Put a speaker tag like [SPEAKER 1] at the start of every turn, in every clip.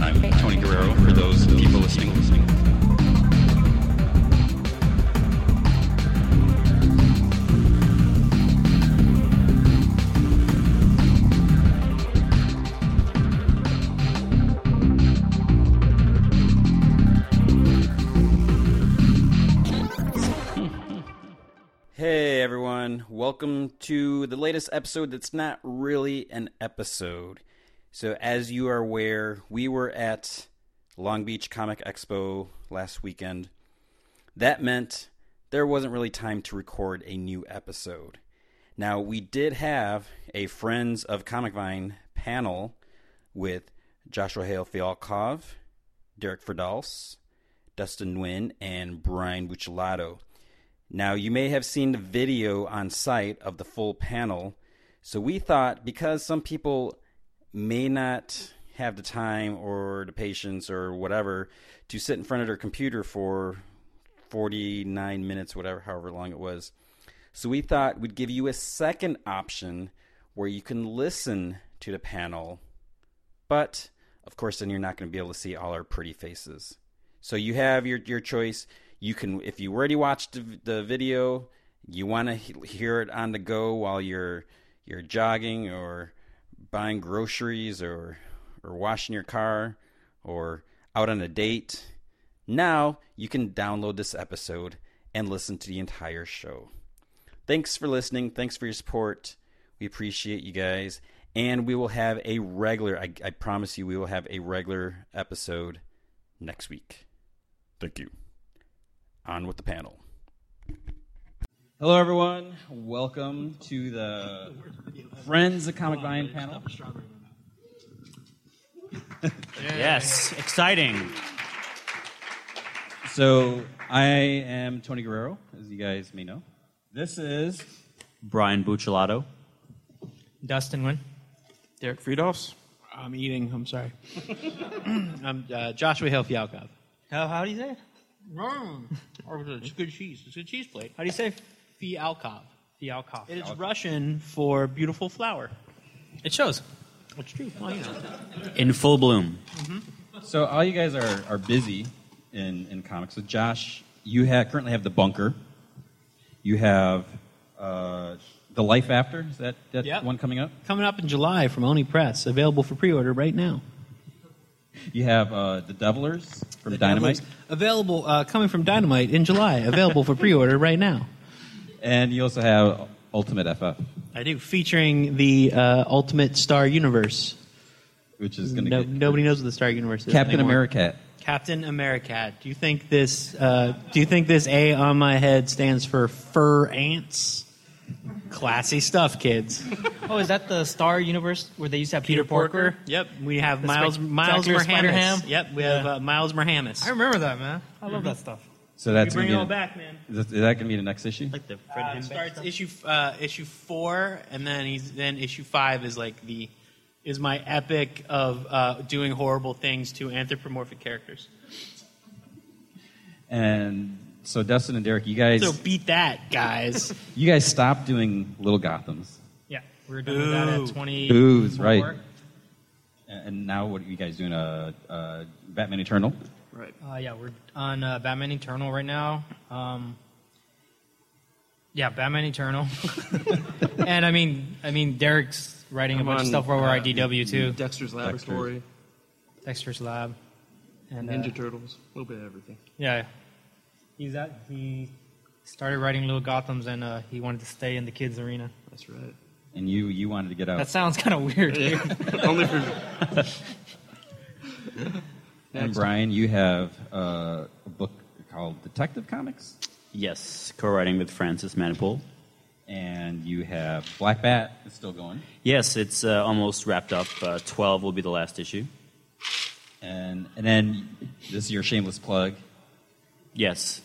[SPEAKER 1] I'm Tony Guerrero for those people listening. Hey everyone, welcome to the latest episode that's not really an episode. So, as you are aware, we were at Long Beach Comic Expo last weekend. That meant there wasn't really time to record a new episode. Now, we did have a Friends of Comic Vine panel with Joshua Hale Fialkov, Derek Ferdals, Dustin Nguyen, and Brian Bucciolato. Now, you may have seen the video on site of the full panel. So, we thought because some people may not have the time or the patience or whatever to sit in front of their computer for 49 minutes, whatever, however long it was. So, we thought we'd give you a second option where you can listen to the panel, but of course, then you're not going to be able to see all our pretty faces. So you have your your choice. You can if you already watched the, the video, you want to he- hear it on the go while you're you're jogging or buying groceries or or washing your car or out on a date. Now you can download this episode and listen to the entire show. Thanks for listening. Thanks for your support. We appreciate you guys. And we will have a regular, I, I promise you, we will have a regular episode next week. Thank you. On with the panel. Hello, everyone. Welcome to the Friends of Comic Vine panel.
[SPEAKER 2] Yes, exciting.
[SPEAKER 1] So, I am Tony Guerrero, as you guys may know. This is
[SPEAKER 2] Brian Bucciolato.
[SPEAKER 3] Dustin Nguyen.
[SPEAKER 4] Derek Friedhoffs.
[SPEAKER 5] I'm eating. I'm sorry. I'm uh, Joshua Hale Fialkov.
[SPEAKER 3] How, how do you say it?
[SPEAKER 5] Mm. Oh, It's good cheese. It's a cheese plate.
[SPEAKER 3] How do you say
[SPEAKER 5] Fialkov.
[SPEAKER 3] Fialkov?
[SPEAKER 5] It is Russian for beautiful flower.
[SPEAKER 3] It shows.
[SPEAKER 5] It's true. Well, you know.
[SPEAKER 2] In full bloom.
[SPEAKER 1] So all you guys are, are busy in, in comics. So Josh, you ha- currently have the bunker. You have uh, the life after. Is that that
[SPEAKER 5] Yep.
[SPEAKER 1] one coming up?
[SPEAKER 5] Coming up in July from Oni Press, available for pre-order right now.
[SPEAKER 1] You have uh, the Devilers from
[SPEAKER 5] The
[SPEAKER 1] Dynamite,
[SPEAKER 5] Dynamite. Available uh, coming from Dynamite in July. Available for pre-order right now.
[SPEAKER 1] and you also have Ultimate FF,
[SPEAKER 5] I do featuring the uh, Ultimate Star Universe.
[SPEAKER 1] which is going to
[SPEAKER 5] No,
[SPEAKER 1] get
[SPEAKER 5] nobody knows what the Star Universe is.
[SPEAKER 1] Captain
[SPEAKER 5] anymore.
[SPEAKER 1] America.
[SPEAKER 5] Captain America. Do you think this? Uh, do you think this A on my head stands for fur ants? Classy stuff, kids.
[SPEAKER 3] Oh, is that the Star Universe where they used to have Peter, Porker?
[SPEAKER 5] Yep, we have
[SPEAKER 3] The
[SPEAKER 5] Miles
[SPEAKER 3] spec-
[SPEAKER 5] Miles
[SPEAKER 3] Dr. Spider-Ham?
[SPEAKER 5] Merhamis. Yep, we have uh, Miles Merhamis.
[SPEAKER 3] I remember that, man. I love that stuff.
[SPEAKER 1] So
[SPEAKER 5] we
[SPEAKER 1] that's
[SPEAKER 5] bring it all
[SPEAKER 1] gonna be
[SPEAKER 5] back, man.
[SPEAKER 1] is that, is that going to be the next issue?
[SPEAKER 3] Like the Fred
[SPEAKER 5] Uh, it
[SPEAKER 3] Hembeck
[SPEAKER 5] Uh, starts
[SPEAKER 3] stuff.
[SPEAKER 5] issue f- uh, issue four, and then he's then issue five is like the is my epic of uh, doing horrible things to anthropomorphic characters.
[SPEAKER 1] And so Dustin and Derek, you guys
[SPEAKER 5] So beat that, guys.
[SPEAKER 1] you guys stopped doing Little Gotham's
[SPEAKER 3] Yeah, we were doing that
[SPEAKER 5] Boo.
[SPEAKER 3] at 20.
[SPEAKER 1] booze, right? And and now what are you guys doing? Uh, uh, Batman Eternal.
[SPEAKER 3] Uh, yeah, we're on uh, Batman Eternal right now. Um, yeah, Batman Eternal. and I mean, I mean, Derek's writing a
[SPEAKER 4] I'm
[SPEAKER 3] bunch of
[SPEAKER 4] on,
[SPEAKER 3] stuff over
[SPEAKER 4] uh,
[SPEAKER 3] at DW too.
[SPEAKER 4] Dexter's Laboratory,
[SPEAKER 3] Dexter's Lab. And uh,
[SPEAKER 4] Ninja Turtles, a little bit of everything.
[SPEAKER 3] Yeah. He's at he started writing Little Gotham's and uh, he wanted to stay in the kids arena.
[SPEAKER 4] That's right.
[SPEAKER 1] and you you wanted to get out.
[SPEAKER 3] That sounds kind of weird.
[SPEAKER 4] Only for
[SPEAKER 1] and Brian, you have uh, a book called Detective Comics,
[SPEAKER 2] Yes, co writing with Francis Manipold.
[SPEAKER 1] and you have Black Bat. It's still going,
[SPEAKER 2] Yes, it's uh, almost wrapped up. Uh, 12 will be the last issue.
[SPEAKER 1] and and then this is your shameless plug,
[SPEAKER 2] Yes.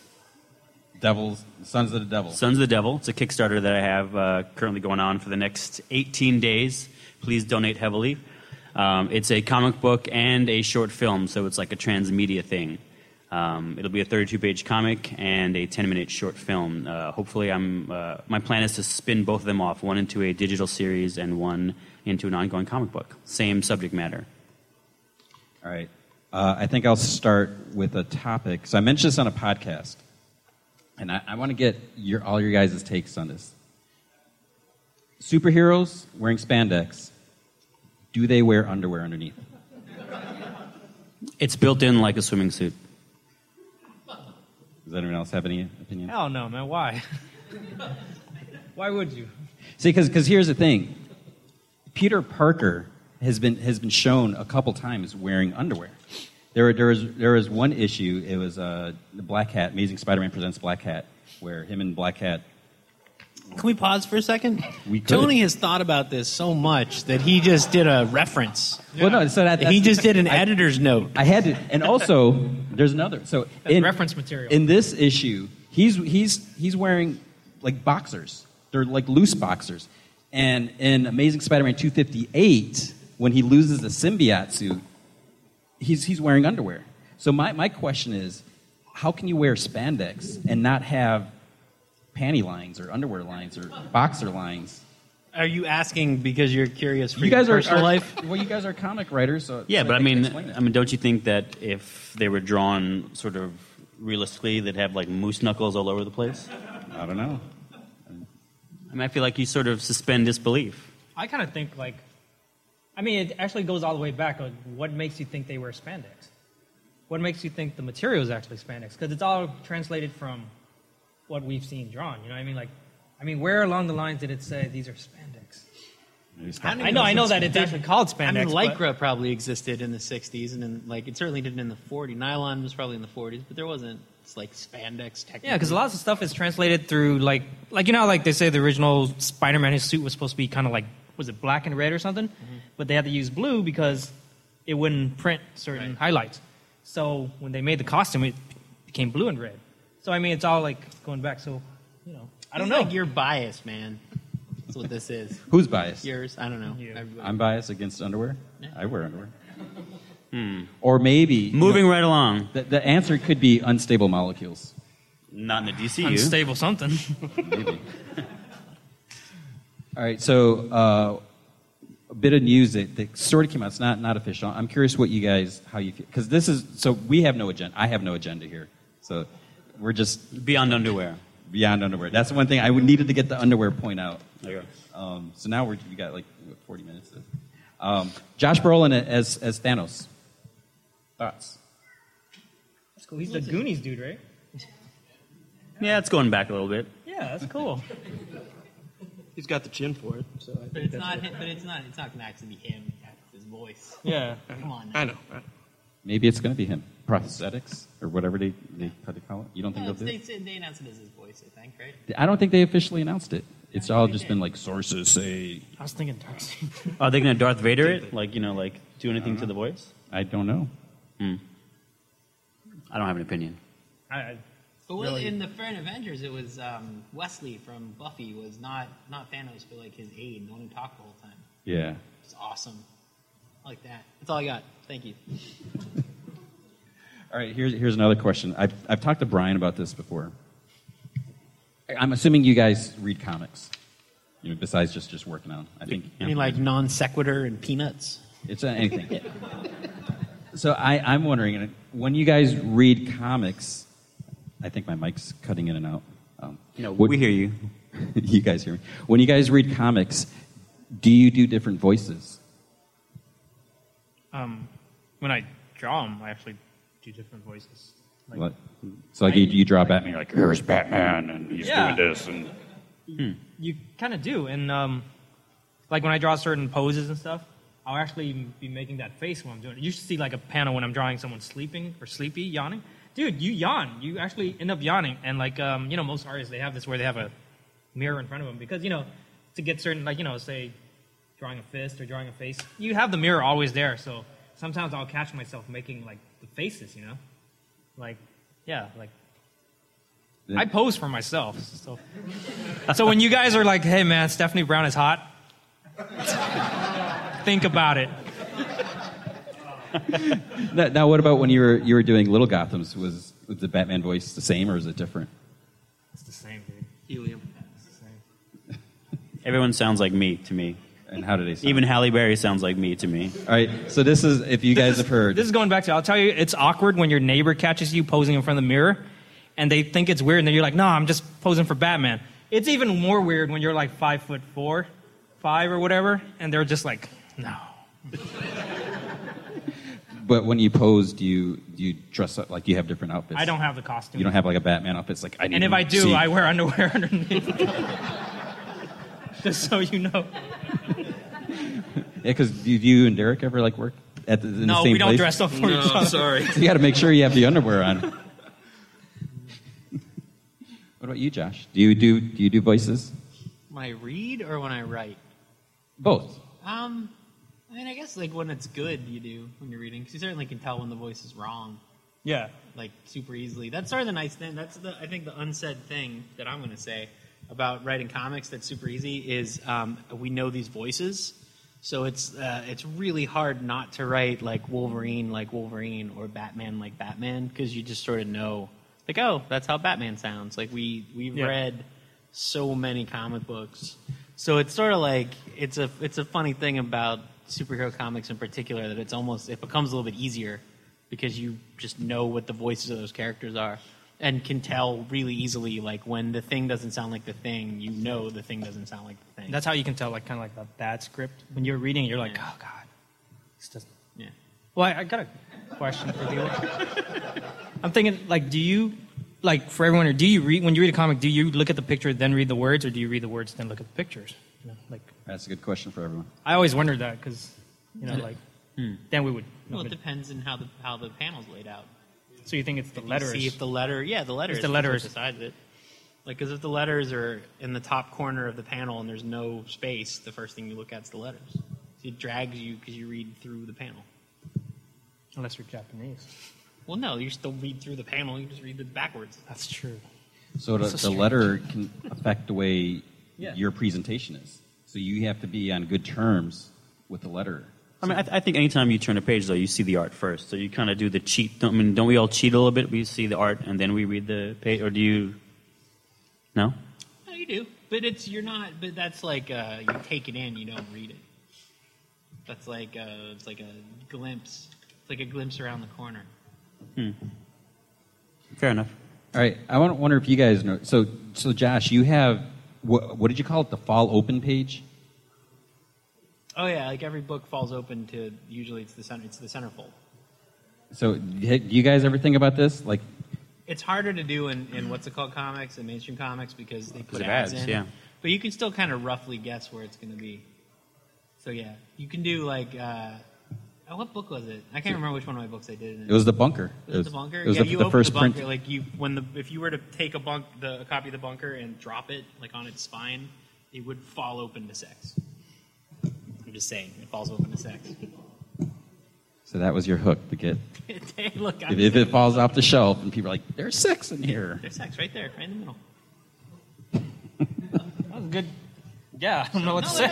[SPEAKER 1] Devils, Sons of the Devil.
[SPEAKER 2] Sons of the Devil. It's a Kickstarter that I have uh, currently going on for the next 18 days. Please donate heavily. Um, it's a comic book and a short film, so it's like a transmedia thing. Um, it'll be a 32-page comic and a 10-minute short film. Uh, hopefully, I'm. Uh, my plan is to spin both of them off, one into a digital series and one into an ongoing comic book. Same subject matter.
[SPEAKER 1] All right. Uh, I think I'll start with a topic. So I mentioned this on a podcast, and I, I want to get your, all your guys' takes on this. Superheroes wearing spandex, do they wear underwear underneath?
[SPEAKER 2] It's built in like a swimming suit.
[SPEAKER 1] Does anyone else have any opinion?
[SPEAKER 3] Hell no, man. Why? Why would you?
[SPEAKER 1] See, because here's the thing Peter Parker has been, has been shown a couple times wearing underwear. There, there, was, there was one issue, it was uh, the Black Hat, Amazing Spider Man Presents Black Hat, where him and Black Hat
[SPEAKER 5] Can we pause for a second?
[SPEAKER 1] We could.
[SPEAKER 5] Tony has thought about this so much that he just did a reference.
[SPEAKER 1] Well, no, so that,
[SPEAKER 5] He
[SPEAKER 1] that's-
[SPEAKER 5] just did an
[SPEAKER 1] I-
[SPEAKER 5] editor's note.
[SPEAKER 1] I had to, and also there's another. So
[SPEAKER 3] That's reference material.
[SPEAKER 1] in this issue, he's he's he's wearing like boxers. They're like loose boxers. And in Amazing Spider-Man 258, when he loses the symbiote suit, he's he's wearing underwear. So my my question is, how can you wear spandex and not have panty lines or underwear lines or boxer lines?
[SPEAKER 5] Are you asking because you're curious for
[SPEAKER 1] You
[SPEAKER 5] your
[SPEAKER 1] guys are,
[SPEAKER 5] personal
[SPEAKER 1] are-
[SPEAKER 5] life?
[SPEAKER 1] Well, you guys are comic writers, so
[SPEAKER 2] Yeah,
[SPEAKER 1] so
[SPEAKER 2] but I
[SPEAKER 1] think
[SPEAKER 2] mean,
[SPEAKER 1] explain it.
[SPEAKER 2] I mean, don't you think that if they were drawn sort of realistically, they'd have like moose knuckles all over the place?
[SPEAKER 1] I don't know.
[SPEAKER 2] I mean, I feel like you sort of suspend disbelief.
[SPEAKER 3] I kind of think like, I mean, it actually goes all the way back. Like, what makes you think they wear spandex? What makes you think the material is actually spandex? Because it's all translated from what we've seen drawn. You know what I mean? Like, I mean, where along the lines did it say these are spandex? I know, I know that it's actually called spandex.
[SPEAKER 5] I mean,
[SPEAKER 3] but-
[SPEAKER 5] lycra probably existed in the '60s, and in, like it certainly didn't in the '40s. Nylon was probably in the '40s, but there wasn't it's like spandex. Technically.
[SPEAKER 3] Yeah, because lots of stuff is translated through like like you know how, like they say the original Spider-Man his suit was supposed to be kind of like was it black and red or something, but they had to use blue because it wouldn't print certain highlights. So when they made the costume, it became blue and red. So I mean, it's all like going back. So you know, I don't know.
[SPEAKER 5] Like you're biased, man. That's what this is.
[SPEAKER 1] Who's biased?
[SPEAKER 5] Yours. I don't know.
[SPEAKER 3] You.
[SPEAKER 5] Everybody.
[SPEAKER 1] I'm biased against underwear. I wear underwear. Or maybe you
[SPEAKER 2] Moving
[SPEAKER 1] know,
[SPEAKER 2] right along,
[SPEAKER 1] the, the answer could be unstable molecules.
[SPEAKER 2] not in the DCU.
[SPEAKER 3] unstable something.
[SPEAKER 1] All right, so uh, a bit of news that, that sort of came out. It's not not official. I'm curious what you guys how you feel because this is so we have no agenda. I have no agenda here, so we're just
[SPEAKER 2] Beyond underwear.
[SPEAKER 1] beyond underwear. That's the one thing I would- needed to get the underwear point out.
[SPEAKER 2] There you go.
[SPEAKER 1] Um, so now we're, we got like what, 40 minutes. Of, um, Josh Brolin as as Thanos. Thoughts?
[SPEAKER 3] That's cool. He's the Goonies dude, right?
[SPEAKER 2] Yeah, it's going back a little bit.
[SPEAKER 3] Yeah, that's cool.
[SPEAKER 4] He's got the chin for it, so I
[SPEAKER 5] But
[SPEAKER 4] think
[SPEAKER 5] it's
[SPEAKER 4] that's
[SPEAKER 5] not.
[SPEAKER 4] right.
[SPEAKER 5] Him, but it's not. It's not gonna actually be him. That's his voice.
[SPEAKER 3] yeah.
[SPEAKER 5] Come on. Now.
[SPEAKER 4] I know. I know.
[SPEAKER 1] Maybe it's going to be him. Prosthetics or whatever they, they how they call it. You don't think
[SPEAKER 5] No,
[SPEAKER 1] they'll do
[SPEAKER 5] they,
[SPEAKER 1] it?
[SPEAKER 5] said- they announced it as his voice. I think, right?
[SPEAKER 1] I don't think they officially announced it. It's all just been like sources say.
[SPEAKER 3] I was thinking Dark Side.
[SPEAKER 2] Are they going to Darth Vader it? Like, you know, like do anything to the voice?
[SPEAKER 1] I don't know.
[SPEAKER 2] I don't have an opinion.
[SPEAKER 3] I, I,
[SPEAKER 5] But well,
[SPEAKER 3] Really?
[SPEAKER 5] in the Fern Avengers, it was um, Wesley from Buffy was not not Thanos, but like his aide, the one who talked the whole time.
[SPEAKER 1] Yeah.
[SPEAKER 5] It's awesome. I like that. That's all I got. Thank you.
[SPEAKER 1] All right. Here's here's another question. I've I've talked to Brian about this before. I- I'm assuming you guys read comics, you know, besides just just working on. I think.
[SPEAKER 5] I mean, like non sequitur and peanuts.
[SPEAKER 1] It's not anything. so I, I'm wondering, and when you guys read comics, I think my mic's cutting in and out. Um,
[SPEAKER 2] No,
[SPEAKER 1] would-
[SPEAKER 2] we hear you.
[SPEAKER 1] you guys hear me? When you guys read comics, do you do different voices?
[SPEAKER 3] um, when I draw them, I actually do different voices. Like,
[SPEAKER 1] What? So like you, you draw Batman, you're like here's Batman, and he's
[SPEAKER 3] Yeah. Hmm.
[SPEAKER 1] doing this, and
[SPEAKER 3] You kind of do, and um, like when I draw certain poses and stuff, I'll actually be making that face when I'm doing it. You should see like a panel when I'm drawing someone sleeping or sleepy, yawning. Dude, you yawn. You actually end up yawning, and like um, you know, most artists they have this where they have a mirror in front of them because you know to get certain like you know say drawing a fist or drawing a face, you have the mirror always there. So sometimes I'll catch myself making like the faces, you know, like yeah, like
[SPEAKER 1] Yeah.
[SPEAKER 3] I pose for myself. So so when you guys are like, "Hey man, Stephanie Brown is hot," think about it.
[SPEAKER 1] now, now, what about when you were you were doing Little Gotham's? Was, was the Batman voice the same or is it different?
[SPEAKER 3] It's the same, dude.
[SPEAKER 4] Helium.
[SPEAKER 3] It's the same.
[SPEAKER 2] Everyone sounds like me to me.
[SPEAKER 1] And how did they sound?
[SPEAKER 2] Even Halle Berry sounds like me to me.
[SPEAKER 1] all right. So this is if you guys
[SPEAKER 3] this
[SPEAKER 1] have
[SPEAKER 3] is-
[SPEAKER 1] heard.
[SPEAKER 3] This is going back to. I'll tell you, it's awkward when your neighbor catches you posing in front of the mirror, and they think it's weird, and then you're like, "No, I'm just posing for Batman." It's even more weird when you're like five foot four, five or whatever, and they're just like, "No."
[SPEAKER 1] but when you pose, do you do you dress up like you have different outfits?
[SPEAKER 3] I don't have the costume.
[SPEAKER 1] You don't have like a Batman outfit. It's like I need.
[SPEAKER 3] and if
[SPEAKER 1] to
[SPEAKER 3] I do,
[SPEAKER 1] see-
[SPEAKER 3] I wear underwear underneath. just so you know.
[SPEAKER 1] yeah, because do you and Derek ever like work at the, in the
[SPEAKER 3] No,
[SPEAKER 1] same
[SPEAKER 3] we don't
[SPEAKER 1] place?
[SPEAKER 3] dress up for each
[SPEAKER 4] No,
[SPEAKER 3] other.
[SPEAKER 4] sorry.
[SPEAKER 1] You got to make sure you have the underwear on. what about you, Josh? Do you do do you do voices?
[SPEAKER 5] When I read or when I write?
[SPEAKER 1] Both.
[SPEAKER 5] Um, I mean, I guess like when it's good, you do when you're reading because you certainly can tell when the voice is wrong,
[SPEAKER 3] Yeah.
[SPEAKER 5] like super easily. That's sort of the nice thing. That's the I think the unsaid thing that I'm going to say about writing comics that's super easy is um, we know these voices, so it's uh, it's really hard not to write like Wolverine like Wolverine or Batman like Batman because you just sort of know like oh that's how Batman sounds. Like we we've
[SPEAKER 3] Yeah.
[SPEAKER 5] read so many comic books. So it's sort of like it's a it's a funny thing about superhero comics in particular that it's almost it becomes a little bit easier because you just know what the voices of those characters are and can tell really easily like when the thing doesn't sound like the thing, you know the thing doesn't sound like the thing.
[SPEAKER 3] That's how you can tell, like, kind of like a bad script. When you're reading, you're like, "Oh God, this doesn't."
[SPEAKER 5] yeah.
[SPEAKER 3] Well, I, I got a question for people. I'm thinking, like, do you, like, for everyone, or do you read, when you read a comic, do you look at the picture, then read the words, or do you read the words, then look at the pictures? You know, like,
[SPEAKER 1] That's a good question for everyone.
[SPEAKER 3] I always wondered that, because, you know, like, then we would.
[SPEAKER 5] Hmm. Well, it depends on how the how the panel's laid out.
[SPEAKER 3] so you think it's the
[SPEAKER 5] You
[SPEAKER 3] letters.
[SPEAKER 5] See if the letter, yeah, the letters.
[SPEAKER 3] If the letters-
[SPEAKER 5] decides it. Like, because if the letters are in the top corner of the panel and there's no space, the first thing you look at is the letters. It drags you because you read through the panel.
[SPEAKER 3] unless you're Japanese.
[SPEAKER 5] Well, no, you still read through the panel. You just read it backwards.
[SPEAKER 3] That's true.
[SPEAKER 1] So the,
[SPEAKER 3] so
[SPEAKER 1] the
[SPEAKER 3] strange.
[SPEAKER 1] letter can affect the way
[SPEAKER 5] Yeah.
[SPEAKER 1] your presentation is. So you have to be on good terms with the letter.
[SPEAKER 2] I mean, I, I think anytime you turn a page, though, you see the art first. So you kind of do the cheat. I mean, don't we all cheat a little bit? We see the art and then we read the page, or do you? No.
[SPEAKER 5] No, you do, but it's you're not. But that's like uh, you take it in, you don't read it. That's like uh, it's like a glimpse. It's like a glimpse around the corner.
[SPEAKER 2] Fair enough.
[SPEAKER 1] All right, I want wonder if you guys know. So, so Josh, you have what, what did you call it? The fall open page.
[SPEAKER 5] Oh yeah, like every book falls open to. Usually, it's the center. It's the centerfold.
[SPEAKER 1] So, do you guys ever think about this? Like,
[SPEAKER 5] it's harder to do in, in what's it called comics and mainstream comics because they put
[SPEAKER 2] of
[SPEAKER 5] ads,
[SPEAKER 2] ads,
[SPEAKER 5] in.
[SPEAKER 2] yeah.
[SPEAKER 5] But you can still kind of roughly guess where it's going to be. So yeah, you can do like uh, oh, what book was it? I can't remember which one of my books I did. It, in.
[SPEAKER 1] it was the bunker.
[SPEAKER 5] Was it the bunker.
[SPEAKER 1] It was
[SPEAKER 5] yeah,
[SPEAKER 1] the,
[SPEAKER 5] you
[SPEAKER 1] the
[SPEAKER 5] open
[SPEAKER 1] first
[SPEAKER 5] the bunker.
[SPEAKER 1] print.
[SPEAKER 5] Like you, when the if you were to take a bunk the a copy of the bunker and drop it like on its spine, it would fall open to sex. I'm just saying, it falls open to sex.
[SPEAKER 1] So that was your hook to get.
[SPEAKER 5] Hey, Look, I'm
[SPEAKER 1] If, if
[SPEAKER 5] saying-
[SPEAKER 1] it falls off the shelf and people are like, "There's sex in here,"
[SPEAKER 5] there's sex right there, right in the middle.
[SPEAKER 3] That was good. Yeah, I don't know what to
[SPEAKER 5] No,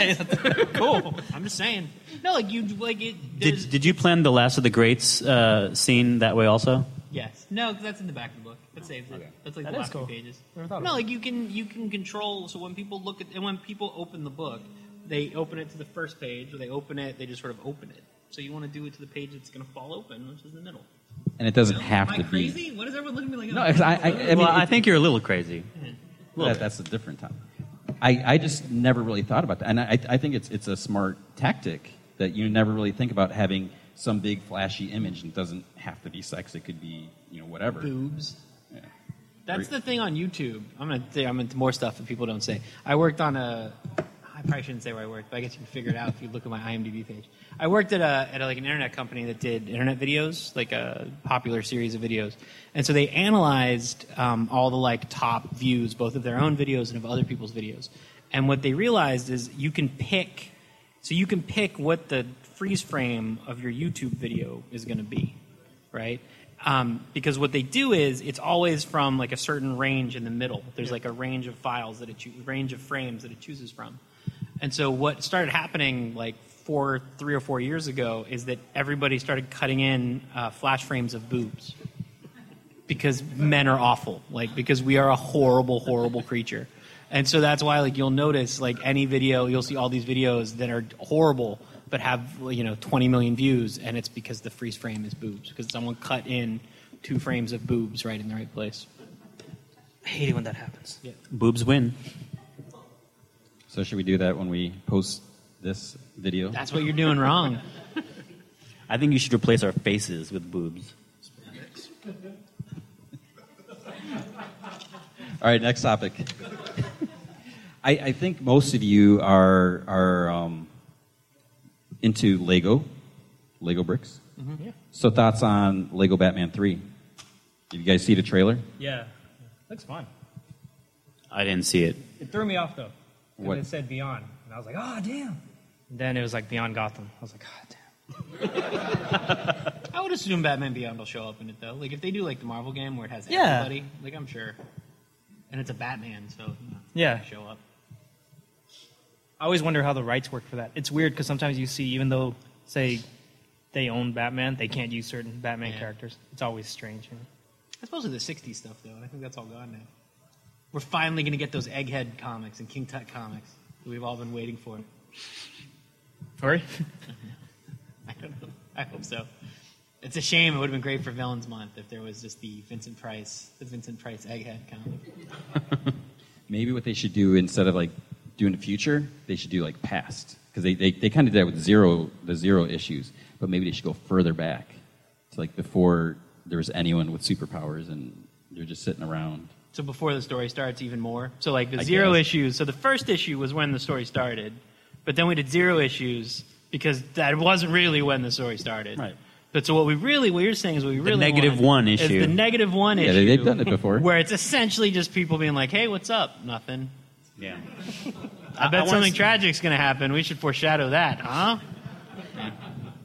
[SPEAKER 3] say.
[SPEAKER 5] cool. I'm just saying. No, like you like it. there's-
[SPEAKER 2] Did, did you plan the Last of the Greats uh, scene that way also?
[SPEAKER 5] Yes. No, 'cause that's in the back of the book. That saves it. That's like
[SPEAKER 3] That
[SPEAKER 5] the
[SPEAKER 3] is
[SPEAKER 5] last
[SPEAKER 3] cool.
[SPEAKER 5] few pages.
[SPEAKER 3] Never thought of
[SPEAKER 5] no,
[SPEAKER 3] it.
[SPEAKER 5] like you can you can control. So when people look at and when people open the book, they open it to the first page, or they open it, they just sort of open it. So you want to do it to the page that's going to fall open, which is the middle.
[SPEAKER 1] and it doesn't
[SPEAKER 5] No?
[SPEAKER 1] have
[SPEAKER 5] Am
[SPEAKER 1] to
[SPEAKER 5] I crazy?
[SPEAKER 1] be.
[SPEAKER 5] What is everyone looking at me like?
[SPEAKER 1] No,
[SPEAKER 5] oh,
[SPEAKER 1] 'cause I, I, I mean,
[SPEAKER 2] well, I
[SPEAKER 1] it-
[SPEAKER 2] think you're a little crazy.
[SPEAKER 1] that, that's a different time. I, I just never really thought about that, and I, I think it's it's a smart tactic that you never really think about having some big flashy image and it doesn't have to be sex. It could be you know whatever.
[SPEAKER 5] boobs.
[SPEAKER 1] Yeah.
[SPEAKER 5] That's the thing on YouTube. I'm gonna say I'm into more stuff that people don't say. I worked on a. I probably shouldn't say where I worked, but I guess you can figure it out if you look at my IMDb page. I worked at a at a, like an internet company that did internet videos, like a popular series of videos, and so they analyzed um, all the like top views, both of their own videos and of other people's videos. And what they realized is you can pick, so you can pick what the freeze frame of your YouTube video is going to be right? Um, because what they do is it's always from like a certain range in the middle. There's like a range of files that it choo- range of frames that it chooses from, And so what started happening like four, three or four years ago is that everybody started cutting in uh, flash frames of boobs because men are awful. Like because we are a horrible, horrible creature. And so that's why like you'll notice like any video, you'll see all these videos that are horrible but have you know 20 million views, and it's because the freeze frame is boobs because someone cut in two frames of boobs right in the right place.
[SPEAKER 3] I hate it when that happens.
[SPEAKER 2] Boobs win.
[SPEAKER 1] So should we do that when we post this video?
[SPEAKER 5] That's what you're doing wrong.
[SPEAKER 2] I think you should replace our faces with boobs.
[SPEAKER 1] All right, next topic. I, I think most of you are are um, into Lego, Lego bricks.
[SPEAKER 5] Mm-hmm.
[SPEAKER 3] Yeah.
[SPEAKER 1] So thoughts on Lego Batman Three? Did you guys see the trailer?
[SPEAKER 3] Yeah. Looks fun.
[SPEAKER 2] I didn't see it.
[SPEAKER 3] It threw me off though. And
[SPEAKER 1] What?
[SPEAKER 3] it said Beyond, and I was like,
[SPEAKER 5] "Ah,
[SPEAKER 3] oh damn. And then it was like Beyond Gotham. I was like, god damn.
[SPEAKER 5] I would assume Batman Beyond will show up in it though. Like if they do like the Marvel game where it has
[SPEAKER 3] Yeah.
[SPEAKER 5] everybody, like I'm sure. And it's a Batman, so you know,
[SPEAKER 3] Yeah.
[SPEAKER 5] it'll show up.
[SPEAKER 3] I always wonder how the rights work for that. It's weird because sometimes you see, even though say they own Batman, they can't use certain Batman
[SPEAKER 5] Yeah.
[SPEAKER 3] characters. It's always strange. you know?
[SPEAKER 5] That's mostly the '60s stuff though, and I think that's all gone now. We're finally gonna get those Egghead comics and King Tut comics that we've all been waiting for.
[SPEAKER 3] Sorry.
[SPEAKER 5] I don't know. I hope so. It's a shame. It would have been great for Villains Month if there was just the Vincent Price, the Vincent Price egghead comic.
[SPEAKER 1] Maybe what they should do instead of like doing the future, they should do like past because they, they, they kind of did that with zero the zero issues, but maybe they should go further back to like before there was anyone with superpowers and they're just sitting around.
[SPEAKER 5] So before the story starts, even more. So like the
[SPEAKER 1] I
[SPEAKER 5] zero
[SPEAKER 1] guess.
[SPEAKER 5] issues. So the first issue was when the story started, but then we did zero issues because that wasn't really when the story started.
[SPEAKER 2] Right.
[SPEAKER 5] But so what we really, what you're saying is what we really
[SPEAKER 2] negative
[SPEAKER 5] want
[SPEAKER 2] one
[SPEAKER 5] is
[SPEAKER 2] issue.
[SPEAKER 5] the negative one
[SPEAKER 1] Yeah,
[SPEAKER 5] issue.
[SPEAKER 1] they, they've done it before.
[SPEAKER 5] Where it's essentially just people being like, "Hey, what's up? Nothing.
[SPEAKER 2] Yeah.
[SPEAKER 5] I bet
[SPEAKER 2] wanna
[SPEAKER 5] something
[SPEAKER 2] s-
[SPEAKER 5] tragic's gonna happen. We should foreshadow that, huh?"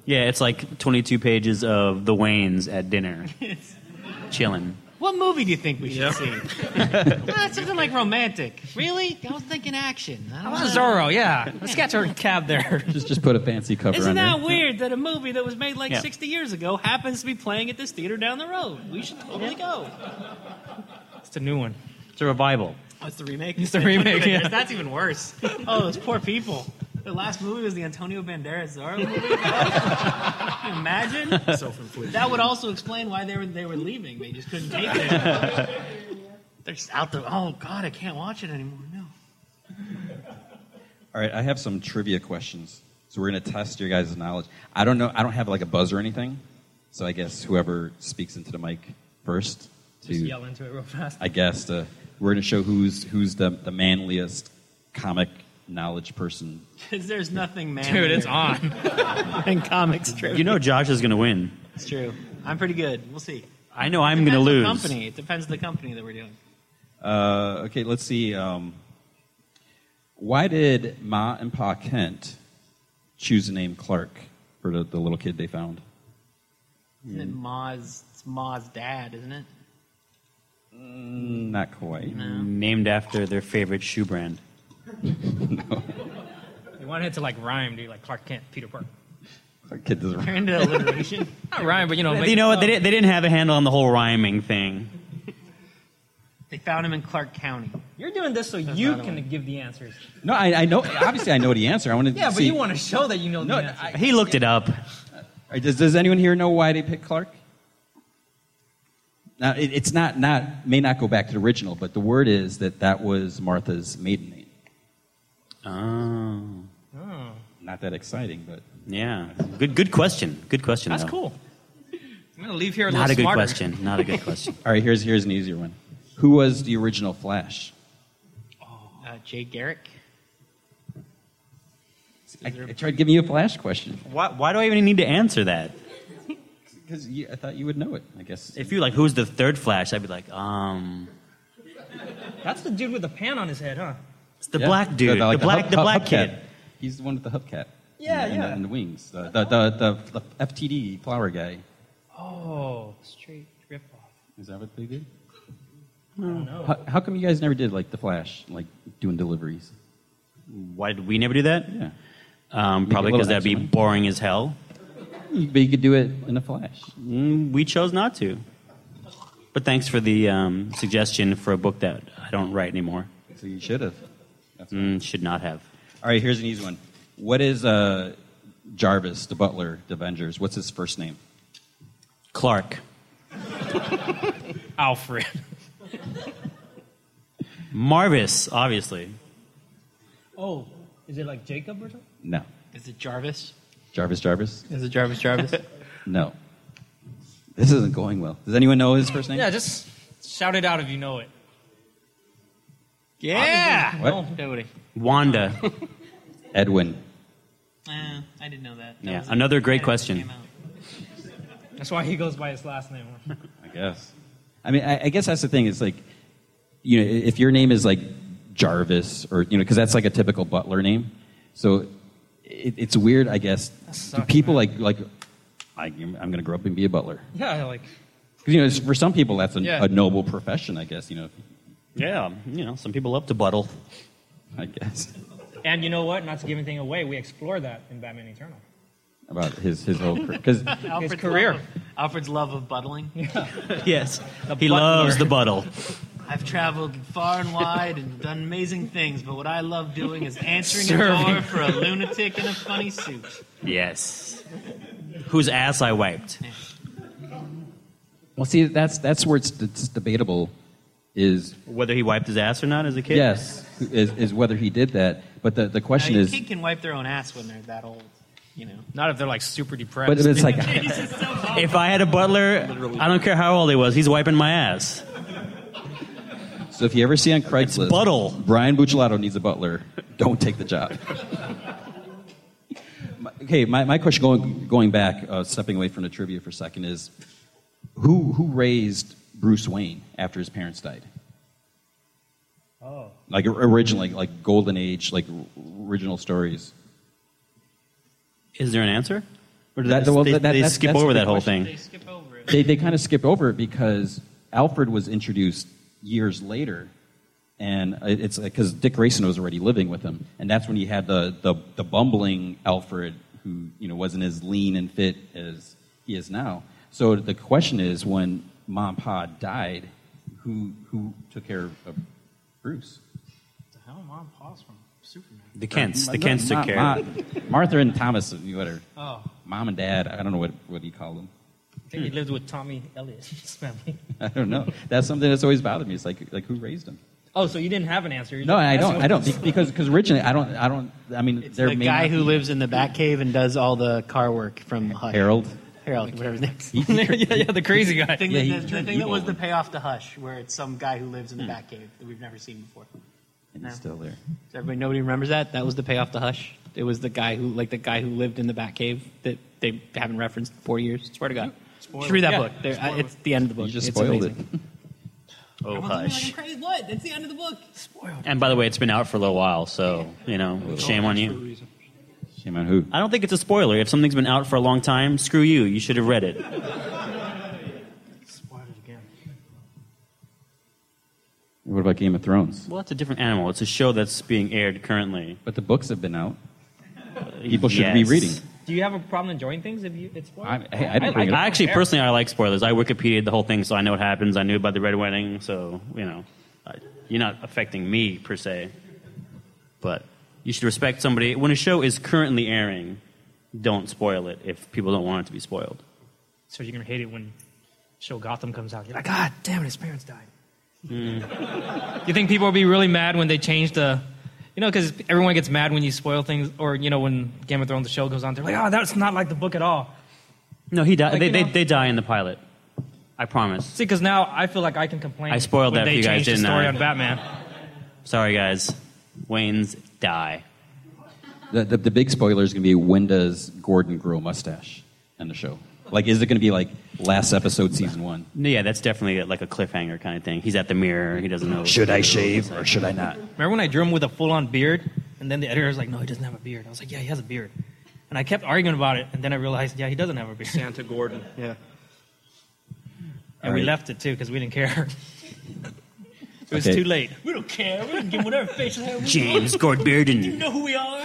[SPEAKER 2] Yeah, it's like 22 pages of the Waynes at dinner, chilling.
[SPEAKER 5] What movie do you think we should see? ah, something like romantic. Really? I was thinking action. I don't know.
[SPEAKER 3] Zorro, yeah. Let's get her cab there.
[SPEAKER 1] Just just put a fancy cover
[SPEAKER 5] Isn't
[SPEAKER 1] on
[SPEAKER 5] that
[SPEAKER 1] there.
[SPEAKER 5] weird that a movie that was made like
[SPEAKER 2] Yeah.
[SPEAKER 5] 60 years ago happens to be playing at this theater down the road? We should totally go.
[SPEAKER 3] It's a new one.
[SPEAKER 2] It's a revival.
[SPEAKER 5] What's the remake?
[SPEAKER 3] It's the remake, yeah.
[SPEAKER 5] That's even worse. Oh, those poor people. The last movie was the Antonio Banderas Zorro movie. Can you imagine? That would also explain why they were they were leaving. They just couldn't take it. They're just out the. Oh God, I can't watch it anymore. No.
[SPEAKER 1] All right, I have some trivia questions. So we're gonna test your guys' knowledge. I don't know. I don't have like a buzz or anything. So I guess whoever speaks into the mic first to
[SPEAKER 3] Just yell into it real fast.
[SPEAKER 1] I guess uh, we're going to show who's who's the, the manliest comic knowledge person.
[SPEAKER 5] Because there's nothing man.
[SPEAKER 3] Dude, it's on.
[SPEAKER 5] in comics trivia.
[SPEAKER 2] You know Josh is going to win.
[SPEAKER 5] It's true. I'm pretty good. We'll see.
[SPEAKER 2] I know I'm going to lose.
[SPEAKER 5] Company. It depends on the company that we're doing.
[SPEAKER 1] Uh, okay, let's see. Um, why did Ma and Pa Kent choose the name Clark for the, the little kid they found?
[SPEAKER 5] Isn't
[SPEAKER 3] Mm.
[SPEAKER 5] it Ma's? It's Ma's dad, isn't it?
[SPEAKER 3] Hmm.
[SPEAKER 1] Mm, Not quite.
[SPEAKER 2] Named after their favorite shoe brand.
[SPEAKER 3] They wanted it to like rhyme, dude, like Clark Kent, Peter Park.
[SPEAKER 1] Clark Kent doesn't.
[SPEAKER 5] Turn into alliteration.
[SPEAKER 3] Not rhyme, but you know, make
[SPEAKER 2] you know
[SPEAKER 3] it
[SPEAKER 2] what?
[SPEAKER 3] flow.
[SPEAKER 2] They, didn't- they didn't have a handle on the whole rhyming thing.
[SPEAKER 5] they found him in Clark County.
[SPEAKER 3] You're doing this so you
[SPEAKER 5] not a
[SPEAKER 3] can
[SPEAKER 5] way.
[SPEAKER 3] give the answers.
[SPEAKER 1] No, I, I know. Obviously, I know the answer. I want to.
[SPEAKER 3] Yeah, but
[SPEAKER 1] see,
[SPEAKER 3] you want to show that you know
[SPEAKER 1] No,
[SPEAKER 3] the answer.
[SPEAKER 1] I-
[SPEAKER 2] He looked it up.
[SPEAKER 1] All right, does, does anyone here know why they picked Clark? Now, it, it's not, not, may not go back to the original, but the word is that that was Martha's maiden name.
[SPEAKER 2] Oh.
[SPEAKER 3] oh,
[SPEAKER 1] Not that exciting, but
[SPEAKER 2] Yeah. Good good question. Good question.
[SPEAKER 3] that's
[SPEAKER 2] though.
[SPEAKER 3] cool. I'm gonna leave here a
[SPEAKER 2] Not
[SPEAKER 3] little
[SPEAKER 2] a good
[SPEAKER 3] smarter.
[SPEAKER 2] question. Not a good question.
[SPEAKER 1] all right. Here's here's an easier one. Who was the original Flash?
[SPEAKER 5] Uh, Jay Garrick.
[SPEAKER 1] I, I tried giving you a Flash question
[SPEAKER 2] Why, why do I even need to answer that?
[SPEAKER 1] because I thought you would know it. I guess
[SPEAKER 2] If you like, who's the third Flash? I'd be like, um,
[SPEAKER 3] That's the dude with the pan on his head, huh?
[SPEAKER 2] it's the
[SPEAKER 1] Yeah.
[SPEAKER 2] black dude, the,
[SPEAKER 1] like
[SPEAKER 2] black,
[SPEAKER 1] hub-
[SPEAKER 2] the
[SPEAKER 1] hub-
[SPEAKER 2] black
[SPEAKER 1] hubcap.
[SPEAKER 2] kid.
[SPEAKER 1] He's the one with the hubcap.
[SPEAKER 3] Yeah,
[SPEAKER 1] and, and the-
[SPEAKER 3] yeah.
[SPEAKER 1] And the wings. The the the, the, the FTD flower guy.
[SPEAKER 3] Oh, straight rip off.
[SPEAKER 1] Is that what they did?
[SPEAKER 3] I don't know.
[SPEAKER 1] Hmm. How, how come you guys never did like the Flash, like doing deliveries?
[SPEAKER 2] why did we never do that?
[SPEAKER 1] Yeah.
[SPEAKER 2] Um, probably
[SPEAKER 1] little
[SPEAKER 2] because that'd be
[SPEAKER 1] extra money.
[SPEAKER 2] boring as hell.
[SPEAKER 1] But you could do it in a flash.
[SPEAKER 2] Mm, we chose not to. But thanks for the um, suggestion for a book that I don't write anymore.
[SPEAKER 1] So you should have. Hmm.
[SPEAKER 2] Mm, should not have.
[SPEAKER 1] All right, here's an easy one. What is uh, Jarvis, the butler, the Avengers? What's his first name?
[SPEAKER 2] Clark.
[SPEAKER 3] Alfred.
[SPEAKER 2] Marvis, obviously.
[SPEAKER 3] Oh, is it like Jacob or something?
[SPEAKER 1] No.
[SPEAKER 5] Is it Jarvis?
[SPEAKER 1] Jarvis Jarvis?
[SPEAKER 5] Is it Jarvis Jarvis?
[SPEAKER 1] No. This isn't going well. Does anyone know his first name?
[SPEAKER 3] Yeah, just shout it out if you know it.
[SPEAKER 5] yeah.
[SPEAKER 1] What?
[SPEAKER 5] Nobody.
[SPEAKER 2] Wanda.
[SPEAKER 1] Edwin.
[SPEAKER 5] Uh, I didn't know that. That
[SPEAKER 2] Yeah,
[SPEAKER 5] was-
[SPEAKER 2] another great
[SPEAKER 5] that
[SPEAKER 2] question.
[SPEAKER 5] came out.
[SPEAKER 3] That's why he goes by his last name.
[SPEAKER 1] I guess. I mean, I, I guess that's the thing. It's like, you know, if your name is like Jarvis or, you know, because that's like a typical butler name. So it, it's weird, I guess.
[SPEAKER 3] sucks,
[SPEAKER 1] to people like, like, I, I'm going to grow up and be a butler.
[SPEAKER 3] yeah, like
[SPEAKER 1] Because, you know, it's- for some people, that's a,
[SPEAKER 3] Yeah.
[SPEAKER 1] a noble profession, I guess, you know,
[SPEAKER 2] Yeah, you know, some people love to buttle.
[SPEAKER 1] I guess.
[SPEAKER 3] and you know what? Not to give anything away, we explore that in Batman Eternal.
[SPEAKER 1] About his, his whole career. Because
[SPEAKER 5] Alfred's
[SPEAKER 3] career.
[SPEAKER 5] Love of, Alfred's love of buttling.
[SPEAKER 2] Yes, he
[SPEAKER 5] butler.
[SPEAKER 2] loves the buttle.
[SPEAKER 5] I've traveled far and wide and done amazing things, but what I love doing is answering a door for a lunatic in a funny suit.
[SPEAKER 2] Yes. Whose ass I wiped.
[SPEAKER 1] Well, see, that's that's where it's, it's debatable. Is
[SPEAKER 2] Whether he wiped his ass or not as a kid?
[SPEAKER 1] yes, is, is whether he did that. But the, the
[SPEAKER 5] Now,
[SPEAKER 1] question
[SPEAKER 5] your
[SPEAKER 1] is,
[SPEAKER 5] kid can wipe their own ass when they're that old, you know.
[SPEAKER 3] Not if they're like super depressed.
[SPEAKER 1] but it's like,
[SPEAKER 2] If I had a butler, I don't care how old he was, he's wiping my ass.
[SPEAKER 1] so if you ever see on Craigslist,
[SPEAKER 2] buttle.
[SPEAKER 1] Brian Bucciolato needs a butler. Don't take the job. My- okay, my, my question going going back, uh, stepping away from the trivia for a second is, who who raised Bruce Wayne after his parents died?
[SPEAKER 3] oh,
[SPEAKER 1] Like originally, like golden age, like original stories.
[SPEAKER 2] Is there an answer? Or did
[SPEAKER 1] That-
[SPEAKER 2] they,
[SPEAKER 1] well,
[SPEAKER 2] they-
[SPEAKER 1] that-
[SPEAKER 2] they
[SPEAKER 1] that's-
[SPEAKER 2] skip
[SPEAKER 1] that's
[SPEAKER 2] over
[SPEAKER 1] the
[SPEAKER 2] that whole
[SPEAKER 1] question.
[SPEAKER 2] thing?
[SPEAKER 5] skip over it.
[SPEAKER 1] they, they kind of skipped over it because Alfred was introduced years later, and it- it's because Dick Grayson was already living with him, and that's when you had the, the, the bumbling Alfred, who you know wasn't as lean and fit as he is now. So the question is, when Mom and Pa died, who who took care of of Bruce?
[SPEAKER 5] The hell, Mom, pause from Superman.
[SPEAKER 2] The Kents. The
[SPEAKER 1] Not-
[SPEAKER 2] Kents took
[SPEAKER 1] not
[SPEAKER 2] care
[SPEAKER 1] Ma-
[SPEAKER 2] of it.
[SPEAKER 1] Martha and Thomas, whatever.
[SPEAKER 5] Oh,
[SPEAKER 1] Mom and Dad. I don't know what what he called them.
[SPEAKER 3] I think he lived with Tommy Elliott's family.
[SPEAKER 1] I don't know. That's something that's always bothered me. It's like like who raised him.
[SPEAKER 3] Oh, so you didn't have an answer? You
[SPEAKER 1] No,
[SPEAKER 3] just-
[SPEAKER 1] I
[SPEAKER 3] that's
[SPEAKER 1] don't.
[SPEAKER 3] what-
[SPEAKER 1] I don't be- because because originally I don't. I don't. I mean,
[SPEAKER 5] it's
[SPEAKER 1] there
[SPEAKER 5] the
[SPEAKER 1] may
[SPEAKER 5] guy
[SPEAKER 1] not
[SPEAKER 5] who
[SPEAKER 1] be
[SPEAKER 5] lives in the Batcave and does all the car work from Hush.
[SPEAKER 1] Harold.
[SPEAKER 5] Harold, whatever his name is.
[SPEAKER 1] He- he-
[SPEAKER 3] yeah, yeah, the crazy guy.
[SPEAKER 5] The thing,
[SPEAKER 1] Yeah, he
[SPEAKER 5] that, the, the
[SPEAKER 1] turned
[SPEAKER 5] thing that
[SPEAKER 1] evil
[SPEAKER 5] was the
[SPEAKER 1] when-
[SPEAKER 5] payoff to Hush, where it's some guy who lives in the Batcave that we've never seen before.
[SPEAKER 1] and he's still there.
[SPEAKER 5] Does everybody, nobody remembers that? That was the payoff to Hush. It was the guy who, like, the guy who lived in the Batcave that they haven't referenced in four years. Swear to God. Just read that
[SPEAKER 3] Yeah.
[SPEAKER 5] book. There, I, it's the end of the book.
[SPEAKER 1] You just
[SPEAKER 5] it's
[SPEAKER 1] spoiled
[SPEAKER 5] amazing.
[SPEAKER 1] it.
[SPEAKER 2] Oh, hush.
[SPEAKER 5] What? That's the end of the book.
[SPEAKER 2] And by the way, it's been out for a little while, so, you know, shame on you.
[SPEAKER 1] Shame on who?
[SPEAKER 2] I don't think it's a spoiler. If something's been out for a long time, screw you. You should have read it.
[SPEAKER 1] What about Game of Thrones?
[SPEAKER 2] Well, it's a different animal. It's a show that's being aired currently.
[SPEAKER 1] But the books have been out. People should be
[SPEAKER 2] Yes.
[SPEAKER 1] readting.
[SPEAKER 3] Do you have a problem enjoying things if you it's spoiled?
[SPEAKER 1] I, hey, I didn't
[SPEAKER 2] I,
[SPEAKER 1] bring it
[SPEAKER 2] I
[SPEAKER 1] up.
[SPEAKER 2] actually personally I like spoilers. I Wikipedia the whole thing, so I know what happens. I knew about the red wedding, so you know, I, you're not affecting me per se. But you should respect somebody when a show is currently airing. Don't spoil it if people don't want it to be spoiled.
[SPEAKER 3] So you're gonna hate it when show Gotham comes out. You're like, God damn it, his parents died.
[SPEAKER 1] Hmm.
[SPEAKER 3] you think people will be really mad when they change the, you know, because everyone gets mad when you spoil things, or you know, when Game of Thrones the show goes on, they're like, oh, that's not like the book at all.
[SPEAKER 2] No, he died.
[SPEAKER 3] Like,
[SPEAKER 2] they,
[SPEAKER 3] you
[SPEAKER 2] they,
[SPEAKER 3] know-
[SPEAKER 2] they die in the pilot. I promise.
[SPEAKER 3] See, because now I feel like I can complain.
[SPEAKER 2] I spoiled
[SPEAKER 3] when
[SPEAKER 2] that for
[SPEAKER 3] they
[SPEAKER 2] you guys,
[SPEAKER 3] changed
[SPEAKER 2] didn't
[SPEAKER 3] the story
[SPEAKER 1] uh,
[SPEAKER 2] I?
[SPEAKER 3] on Batman.
[SPEAKER 2] Sorry, guys. Wayne's die.
[SPEAKER 1] The, the, the big spoiler is going to be when does Gordon grow a mustache in the show? Like, is it going to be like last episode, season one?
[SPEAKER 2] No, yeah, that's definitely like a cliffhanger kind of thing. He's at the mirror. He doesn't know.
[SPEAKER 1] Should I shave or should I not?
[SPEAKER 3] Remember when I drew him with a full-on beard, and then the editor was like, no, he doesn't have a beard. I was like, yeah, he has a beard. And I kept arguing about it, and then I realized, yeah, he doesn't have a beard. And
[SPEAKER 4] Santa Gordon. Yeah.
[SPEAKER 3] we
[SPEAKER 1] Alright.
[SPEAKER 3] left it too because we didn't care. It was
[SPEAKER 1] Okay.
[SPEAKER 3] too late. We don't care. We can give whatever facial hair we
[SPEAKER 2] James Gord Bearden.
[SPEAKER 3] know who we are.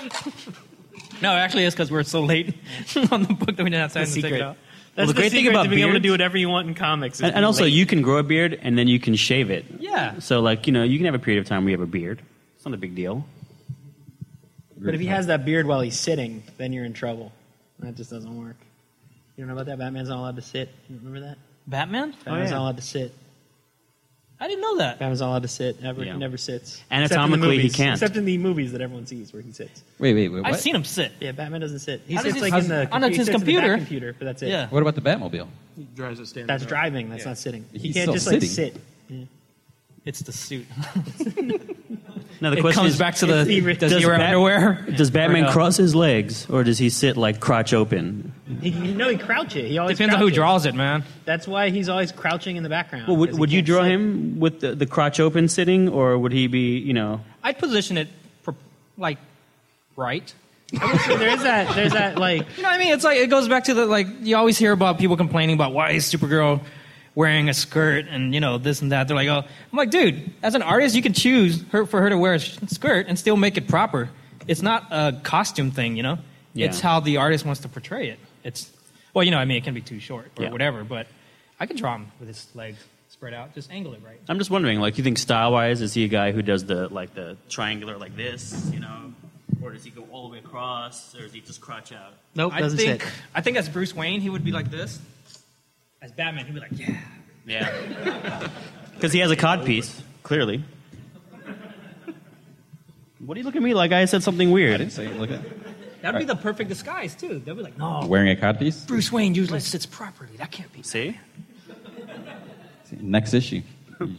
[SPEAKER 3] no, it actually, it's because we're so late on the book that we didn't have time to take
[SPEAKER 5] secret.
[SPEAKER 3] it out.
[SPEAKER 5] That's
[SPEAKER 2] the
[SPEAKER 5] the,
[SPEAKER 2] great thing
[SPEAKER 5] secret
[SPEAKER 2] about
[SPEAKER 5] to being able to
[SPEAKER 2] beards-
[SPEAKER 5] do whatever you want in comics. is
[SPEAKER 2] And, and
[SPEAKER 5] be
[SPEAKER 2] also,
[SPEAKER 5] late.
[SPEAKER 2] you can grow a beard and then you can shave it.
[SPEAKER 3] Yeah.
[SPEAKER 2] So, like, you know, you can have a period of time where you have a beard. It's not a big deal.
[SPEAKER 5] But if he has that beard while he's sitting, then you're in trouble. That just doesn't work. You don't know about that? Batman's not allowed to sit. You remember that?
[SPEAKER 3] Batman?
[SPEAKER 5] Batman's
[SPEAKER 2] yeah.
[SPEAKER 5] not allowed to sit.
[SPEAKER 3] I didn't know that.
[SPEAKER 5] Batman's not allowed to sit. Ever,
[SPEAKER 2] Yeah.
[SPEAKER 5] He never sits. Except in the
[SPEAKER 2] Anatomically, he
[SPEAKER 5] movies.
[SPEAKER 2] can't.
[SPEAKER 5] Except in the movies that everyone sees where he sits.
[SPEAKER 1] Wait, wait, wait. What?
[SPEAKER 3] I've seen him sit.
[SPEAKER 5] Yeah, Batman doesn't sit. He
[SPEAKER 3] How does
[SPEAKER 5] sits
[SPEAKER 3] he-
[SPEAKER 5] like in the
[SPEAKER 3] on his
[SPEAKER 5] he sits in the back
[SPEAKER 3] computer?
[SPEAKER 5] computer, but that's it.
[SPEAKER 3] Yeah.
[SPEAKER 1] What about the Batmobile?
[SPEAKER 4] He drives a standard.
[SPEAKER 5] That's
[SPEAKER 4] car.
[SPEAKER 5] driving. That's
[SPEAKER 4] Yeah.
[SPEAKER 5] not sitting. He
[SPEAKER 1] He's
[SPEAKER 5] can't
[SPEAKER 1] still
[SPEAKER 5] just like
[SPEAKER 1] sitting.
[SPEAKER 5] sit.
[SPEAKER 3] It's the suit.
[SPEAKER 2] Now, the
[SPEAKER 3] It
[SPEAKER 2] question
[SPEAKER 3] comes
[SPEAKER 2] is,
[SPEAKER 3] back to the.
[SPEAKER 5] It's the-
[SPEAKER 3] does,
[SPEAKER 5] does
[SPEAKER 3] he wear
[SPEAKER 2] Bat-
[SPEAKER 3] underwear?
[SPEAKER 2] Does Batman
[SPEAKER 3] Or no?
[SPEAKER 2] cross his legs or does he sit, like, crotch open?
[SPEAKER 5] He, he- no, he crouches. He always
[SPEAKER 3] Depends on who
[SPEAKER 5] crouches.
[SPEAKER 3] draws it, man.
[SPEAKER 5] That's why he's always crouching in the background.
[SPEAKER 2] Well, would,
[SPEAKER 5] 'cause he
[SPEAKER 2] would you
[SPEAKER 5] can't
[SPEAKER 2] draw
[SPEAKER 5] sit.
[SPEAKER 2] him with the, the crotch open sitting, or would he be, you know?
[SPEAKER 3] I'd position it, pro- like, right.
[SPEAKER 5] there is that. There's that like.
[SPEAKER 3] You know what I mean? It's like it goes back to the like you always hear about people complaining about why is Supergirl wearing a skirt and you know this and that. They're like, oh, I'm like, dude, as an artist, you can choose her for her to wear a sh- skirt and still make it proper. It's not a costume thing, you know.
[SPEAKER 2] Yeah.
[SPEAKER 3] It's how the artist wants to portray it. It's well, you know, I mean, it can be too short or
[SPEAKER 2] Yeah.
[SPEAKER 3] whatever, but I could draw him with his legs spread out, just angle it right.
[SPEAKER 2] I'm just wondering, like, you think style-wise, is he a guy who does the like the triangular like this, you know, or does he go all the way across, or is he just crotch out?
[SPEAKER 5] Nope,
[SPEAKER 3] I
[SPEAKER 5] doesn't
[SPEAKER 3] think
[SPEAKER 5] sit.
[SPEAKER 3] I think as Bruce Wayne, he would be like this. As Batman, he'd be like, yeah.
[SPEAKER 2] Yeah, because he has a codpiece, clearly. What do you look at me like? I said something
[SPEAKER 1] I
[SPEAKER 2] weird.
[SPEAKER 1] didn't say. Look at
[SPEAKER 3] That'd be the perfect disguise too. They'd be like, no,
[SPEAKER 1] wearing a codpiece.
[SPEAKER 3] Bruce Wayne usually sits properly. That can't be.
[SPEAKER 2] See,
[SPEAKER 1] Next issue. You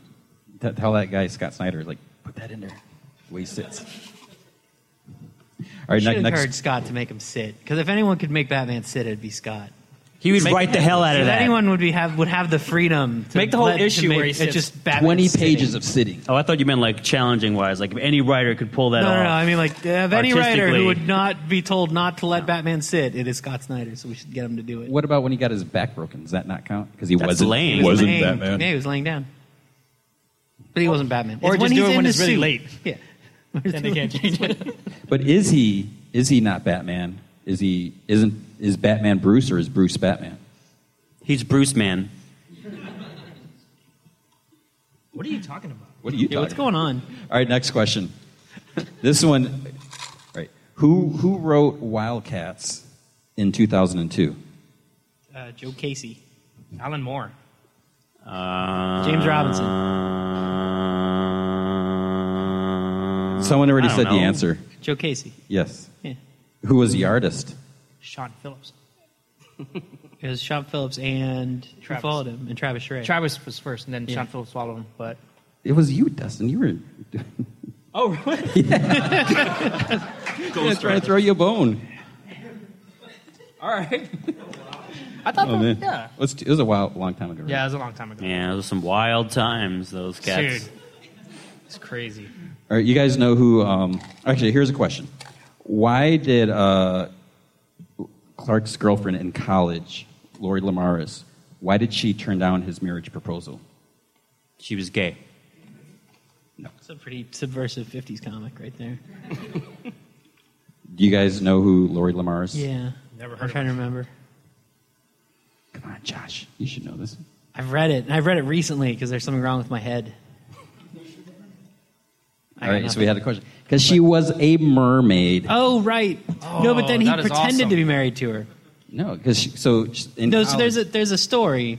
[SPEAKER 1] t- Tell that guy Scott Snyder like put that in there. The way he sits. All right,
[SPEAKER 5] Should
[SPEAKER 1] ne-
[SPEAKER 5] have heard
[SPEAKER 1] next.
[SPEAKER 5] Scott to make him sit. Because if anyone could make Batman sit, it'd be Scott.
[SPEAKER 2] he would write the hell out
[SPEAKER 5] If
[SPEAKER 2] of that.
[SPEAKER 5] anyone would be have would have the freedom to
[SPEAKER 3] Make the whole
[SPEAKER 5] let- to
[SPEAKER 3] issue
[SPEAKER 5] make,
[SPEAKER 3] where he
[SPEAKER 5] it's
[SPEAKER 3] sits.
[SPEAKER 5] just Batman
[SPEAKER 1] Twenty
[SPEAKER 5] sitting.
[SPEAKER 1] pages of sitting.
[SPEAKER 2] Oh, I thought you meant like challenging-wise, like if any writer could pull that
[SPEAKER 5] No,
[SPEAKER 2] off.
[SPEAKER 5] no, no. I mean, like, uh, of any writer
[SPEAKER 2] Artistically.
[SPEAKER 5] who would not be told not to let Batman sit, it is Scott Snyder. So we should get him to do it.
[SPEAKER 1] What about when he got his back broken? Does that not count? Because he
[SPEAKER 2] That's
[SPEAKER 1] wasn't.
[SPEAKER 5] He
[SPEAKER 2] lame.
[SPEAKER 5] was laying, Yeah, he was laying down. But he wasn't Batman.
[SPEAKER 3] or
[SPEAKER 5] It's
[SPEAKER 3] just
[SPEAKER 5] when
[SPEAKER 3] do
[SPEAKER 5] he's
[SPEAKER 3] it
[SPEAKER 5] in
[SPEAKER 3] when
[SPEAKER 5] the
[SPEAKER 3] it's really
[SPEAKER 5] suit.
[SPEAKER 3] late.
[SPEAKER 5] Yeah.
[SPEAKER 3] Then they can't change it.
[SPEAKER 1] But is he? Is he not Batman? Is he? Isn't? Is Batman Bruce or is Bruce Batman?
[SPEAKER 2] He's Bruce Man.
[SPEAKER 3] What are you talking about?
[SPEAKER 1] What are you?
[SPEAKER 5] Yeah, what's
[SPEAKER 1] talking
[SPEAKER 5] going on?
[SPEAKER 1] All right, next question. This one, all right? Who who wrote Wildcats in 2002?
[SPEAKER 5] Uh, Joe Casey.
[SPEAKER 3] Alan Moore.
[SPEAKER 2] Uh,
[SPEAKER 5] James Robinson.
[SPEAKER 2] Uh,
[SPEAKER 1] Someone already
[SPEAKER 2] I don't
[SPEAKER 1] said the
[SPEAKER 2] know.
[SPEAKER 1] answer.
[SPEAKER 5] Joe Casey.
[SPEAKER 1] Yes.
[SPEAKER 5] Yeah.
[SPEAKER 1] Who was the artist?
[SPEAKER 3] Sean Phillips.
[SPEAKER 5] It was Sean Phillips and who
[SPEAKER 3] Travis.
[SPEAKER 5] followed him and Travis Schrey.
[SPEAKER 3] Travis was first, and then
[SPEAKER 5] Yeah.
[SPEAKER 3] Sean Phillips followed him. But
[SPEAKER 1] It was you, Dustin. You were
[SPEAKER 3] oh, really?
[SPEAKER 1] trying to throw you a bone.
[SPEAKER 3] all right. I thought,
[SPEAKER 1] Oh
[SPEAKER 3] that,
[SPEAKER 1] man,
[SPEAKER 3] yeah,
[SPEAKER 1] It was, it was a while, long time ago. right?
[SPEAKER 3] yeah, it was a long time ago.
[SPEAKER 2] Yeah, those are some wild times, those cats.
[SPEAKER 3] Dude, it's crazy.
[SPEAKER 1] All right, you guys know who? Um, actually, here's a question: Why did uh, Clark's girlfriend in college, Lori Lamaris, why did she turn down his marriage proposal?
[SPEAKER 2] She was gay.
[SPEAKER 5] It's a pretty subversive 50s comic right there.
[SPEAKER 1] Do you guys know who Lori Lamaris?
[SPEAKER 5] Yeah.
[SPEAKER 3] Never
[SPEAKER 5] I'm
[SPEAKER 3] heard
[SPEAKER 5] trying
[SPEAKER 3] of
[SPEAKER 5] to
[SPEAKER 3] it.
[SPEAKER 5] remember.
[SPEAKER 1] Come on, Josh. You should know this.
[SPEAKER 5] I've read it, and I've read it recently because there's something wrong with my head. I
[SPEAKER 1] All
[SPEAKER 5] got
[SPEAKER 1] right, so we
[SPEAKER 5] nothing.
[SPEAKER 1] had a question because she was a mermaid.
[SPEAKER 5] Oh right. no, but then he
[SPEAKER 3] Oh, that is
[SPEAKER 5] pretended
[SPEAKER 3] awesome.
[SPEAKER 5] to be married to her.
[SPEAKER 1] No, because so she- in
[SPEAKER 5] No, so
[SPEAKER 1] college-
[SPEAKER 5] there's a there's a story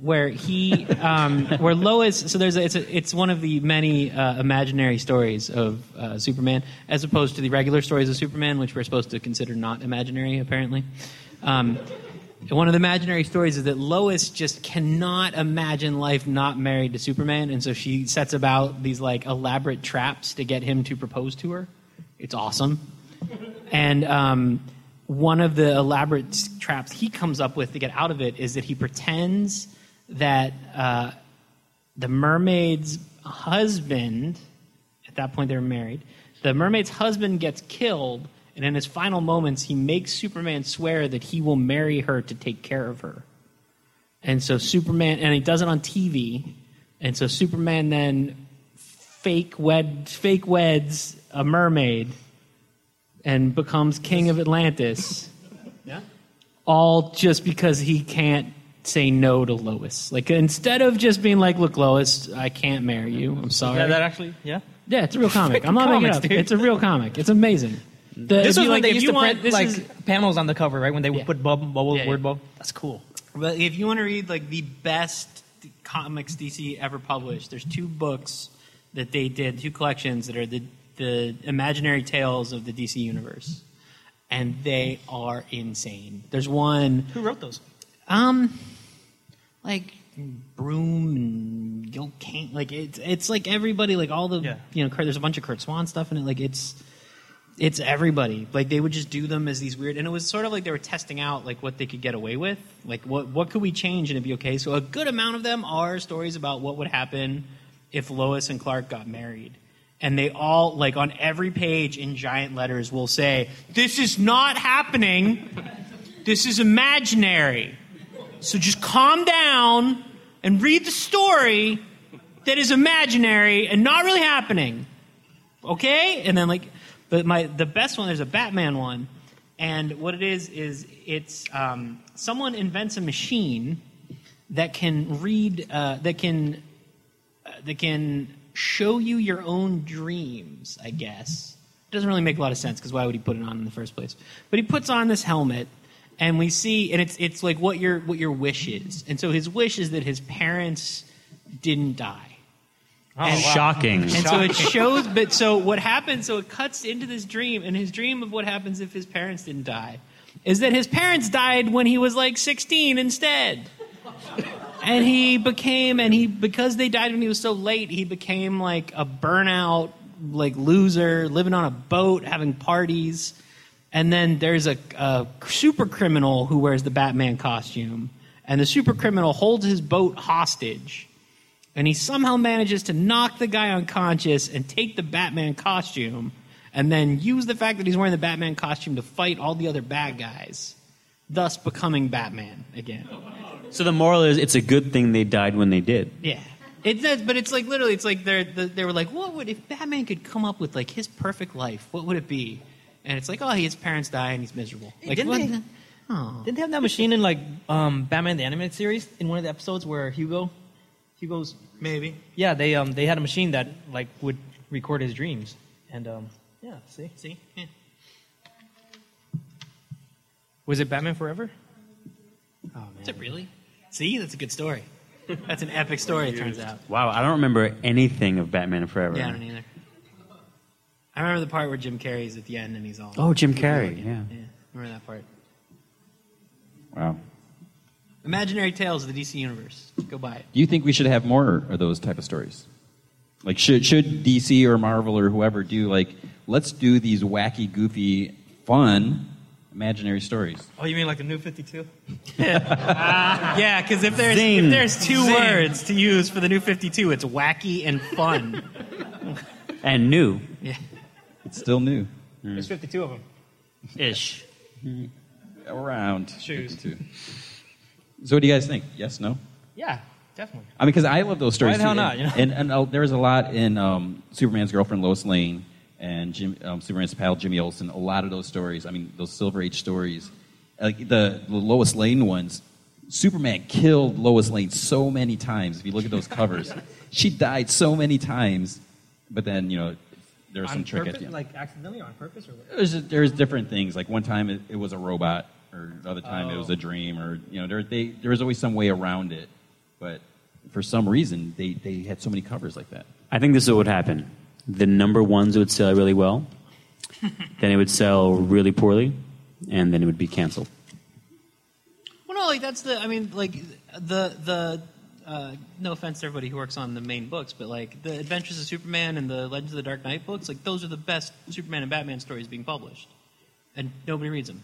[SPEAKER 5] where he um, where Lois. So there's a, it's a, it's one of the many uh, imaginary stories of uh, Superman, as opposed to the regular stories of Superman, which we're supposed to consider not imaginary apparently. Um, one of the imaginary stories is that Lois just cannot imagine life not married to Superman, and so she sets about these like elaborate traps to get him to propose to her. It's awesome and um, one of the elaborate s- traps he comes up with to get out of it is that he pretends that uh, the mermaid's husband at that point they were married the mermaid's husband gets killed and in his final moments he makes superman swear that he will marry her to take care of her and so Superman, and he does it on TV, And so Superman then fake wed fake weds a mermaid and becomes king of Atlantis.
[SPEAKER 3] Yeah.
[SPEAKER 5] All just because he can't say no to Lois. Like instead of just being like, "Look, Lois, I can't marry you. I'm sorry."
[SPEAKER 3] Yeah, that actually, yeah.
[SPEAKER 5] Yeah, it's a real comic. I'm not
[SPEAKER 3] Freaking
[SPEAKER 5] making it
[SPEAKER 3] comics,
[SPEAKER 5] up.
[SPEAKER 3] dude.
[SPEAKER 5] It's a real comic. It's amazing. The-
[SPEAKER 3] This
[SPEAKER 5] if you,
[SPEAKER 3] was when
[SPEAKER 5] like,
[SPEAKER 3] they
[SPEAKER 5] if
[SPEAKER 3] used
[SPEAKER 5] you
[SPEAKER 3] to
[SPEAKER 5] want-
[SPEAKER 3] print
[SPEAKER 5] this
[SPEAKER 3] like
[SPEAKER 5] is-
[SPEAKER 3] panels on the cover, right? When they
[SPEAKER 5] Yeah.
[SPEAKER 3] would put bubble, bubble,
[SPEAKER 5] Yeah, yeah.
[SPEAKER 3] word bubble. That's cool.
[SPEAKER 5] But if you want to read like the best comics DC ever published, there's two books that they did, two collections that are the the imaginary tales of the DC universe, and they are insane. There's one,
[SPEAKER 3] Who wrote those?
[SPEAKER 5] um, like Broom and Gil Kane, like it's it's like everybody, like all the
[SPEAKER 3] Yeah.
[SPEAKER 5] you know, Kurt- there's a bunch of Kurt Swan stuff in it, like it's it's everybody. Like they would just do them as these weird, and it was sort of like they were testing out like what they could get away with, like what what could we change and it'd be okay. So a good amount of them are stories about what would happen if Lois and Clark got married, and they all like on every page in giant letters will say, "This is not happening. This is imaginary. So just calm down and read the story." That is imaginary and not really happening okay and then like but my the best one there's a batman one and what it is is it's um, someone invents a machine that can read uh, that can uh, that can show you your own dreams i guess it doesn't really make a lot of sense because why would he put it on in the first place but he puts on this helmet and we see and it's it's like what your what your wish is and so his wish is that his parents didn't die
[SPEAKER 3] Oh,
[SPEAKER 5] And-
[SPEAKER 2] Shocking.
[SPEAKER 5] Oh, and so it shows, but so what happens, so it cuts into this dream, and his dream of what happens if his parents didn't die is that his parents died when he was like 16 instead. And he became, and he, because they died when he was so late, he became like a burnout, like loser, living on a boat, having parties. And then there's a, a super criminal who wears the Batman costume, and the super criminal holds his boat hostage and he somehow manages to knock the guy unconscious and take the Batman costume, and then use the fact that he's wearing the Batman costume to fight all the other bad guys, thus becoming Batman again.
[SPEAKER 2] So the moral is, it's a good thing they died when they did.
[SPEAKER 5] Yeah. It does, but it's like literally, it's like they're, the, they were like, what would, if Batman could come up with like his perfect life, what would it be? And it's like, oh, his parents die and he's miserable. Like,
[SPEAKER 3] didn't
[SPEAKER 5] what?
[SPEAKER 3] they-
[SPEAKER 5] the- Oh.
[SPEAKER 3] Didn't they have that machine in like um, Batman the animated series in one of the episodes where Hugo, Hugo's
[SPEAKER 5] Maybe.
[SPEAKER 3] yeah they um they had a machine that like would record his dreams and um yeah see
[SPEAKER 5] See? Yeah.
[SPEAKER 3] was it Batman Forever?
[SPEAKER 5] Is it really? See, that's a good story. That's an epic story, it turns out.
[SPEAKER 2] Wow, I don't remember anything of Batman Forever.
[SPEAKER 5] Yeah, I don't either. I remember the part where Jim Carrey's at the end and he's all.
[SPEAKER 2] Oh, Jim Carrey. Yeah.
[SPEAKER 5] Yeah, remember that part.
[SPEAKER 2] Wow.
[SPEAKER 5] Imaginary Tales of the DC Universe. Go buy it.
[SPEAKER 1] Do you think we should have more of those type of stories? Like, should should DC or Marvel or whoever do like, let's do these wacky, goofy, fun, imaginary stories?
[SPEAKER 3] Oh, you mean like a New Fifty Two?
[SPEAKER 5] Yeah, because if there's
[SPEAKER 2] Zing.
[SPEAKER 5] if there's two words to use for the new 52, it's wacky and fun.
[SPEAKER 2] And new.
[SPEAKER 1] It's still new.
[SPEAKER 3] There's fifty two of them.
[SPEAKER 2] Ish.
[SPEAKER 1] Around
[SPEAKER 3] Shoes.
[SPEAKER 1] 52. So, what do you guys think? Yes, no.
[SPEAKER 3] Yeah, definitely.
[SPEAKER 1] I mean, because I love those stories.
[SPEAKER 3] Why the hell
[SPEAKER 1] too.
[SPEAKER 3] not, you know?
[SPEAKER 1] And, and, uh, there was a lot in um, Superman's girlfriend Lois Lane and Jim, um, Superman's pal Jimmy Olsen. A lot of those stories. I mean, those Silver Age stories, like the, the Lois Lane ones. Superman killed Lois Lane so many times. If you look at those covers, she died so many times. But then you know, there was some
[SPEAKER 3] on
[SPEAKER 1] trick at
[SPEAKER 3] purpose,
[SPEAKER 1] the end.
[SPEAKER 3] like accidentally or on purpose or what?
[SPEAKER 1] There's there's different things. Like one time it, it was a robot, or other time it was a dream, or you know, there they there was always some way around it. But for some reason, they they had so many covers like that.
[SPEAKER 2] I think this is what would happen. The number ones would sell really well, then it would sell really poorly, and then it would be canceled.
[SPEAKER 5] Well, no, like that's the. I mean, like the the. Uh, no offense to everybody who works on the main books, but like the Adventures of Superman and the Legends of the Dark Knight books, like those are the best Superman and Batman stories being published, and nobody reads them.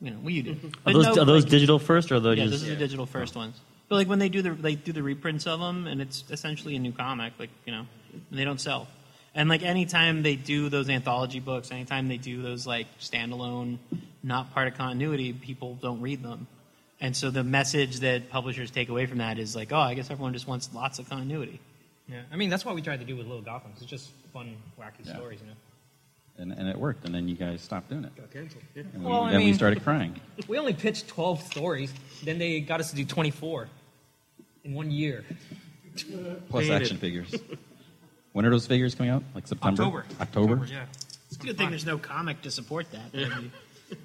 [SPEAKER 5] You know, we do.
[SPEAKER 2] Are
[SPEAKER 5] But
[SPEAKER 2] those,
[SPEAKER 5] no,
[SPEAKER 2] are those
[SPEAKER 5] like-
[SPEAKER 2] digital first, or are those
[SPEAKER 5] yeah,
[SPEAKER 2] just
[SPEAKER 5] those are the digital first
[SPEAKER 3] Oh.
[SPEAKER 5] ones. But like when they do the they do the reprints of them, and it's essentially a new comic, like you know, and they don't sell. And like anytime they do those anthology books, anytime they do those like standalone, not part of continuity, people don't read them. And so the message that publishers take away from that is like, oh, I guess everyone just wants lots of continuity.
[SPEAKER 3] Yeah, I mean that's what we tried to do with Little Gotham. 'cause It's just fun, wacky
[SPEAKER 1] Yeah.
[SPEAKER 3] stories, you know.
[SPEAKER 1] and, and it worked. And then you guys stopped doing it.
[SPEAKER 4] canceled. Yeah.
[SPEAKER 1] And
[SPEAKER 3] Well,
[SPEAKER 1] we,
[SPEAKER 3] I
[SPEAKER 1] then we
[SPEAKER 3] mean-
[SPEAKER 1] started crying.
[SPEAKER 3] We only pitched twelve stories. Then they got us to do twenty-four in one year.
[SPEAKER 1] Plus
[SPEAKER 4] Hated.
[SPEAKER 1] action figures. When are those figures coming out? Like September?
[SPEAKER 3] October.
[SPEAKER 1] October?
[SPEAKER 3] Yeah.
[SPEAKER 5] It's a good thing there's no comic to support that. That'd be-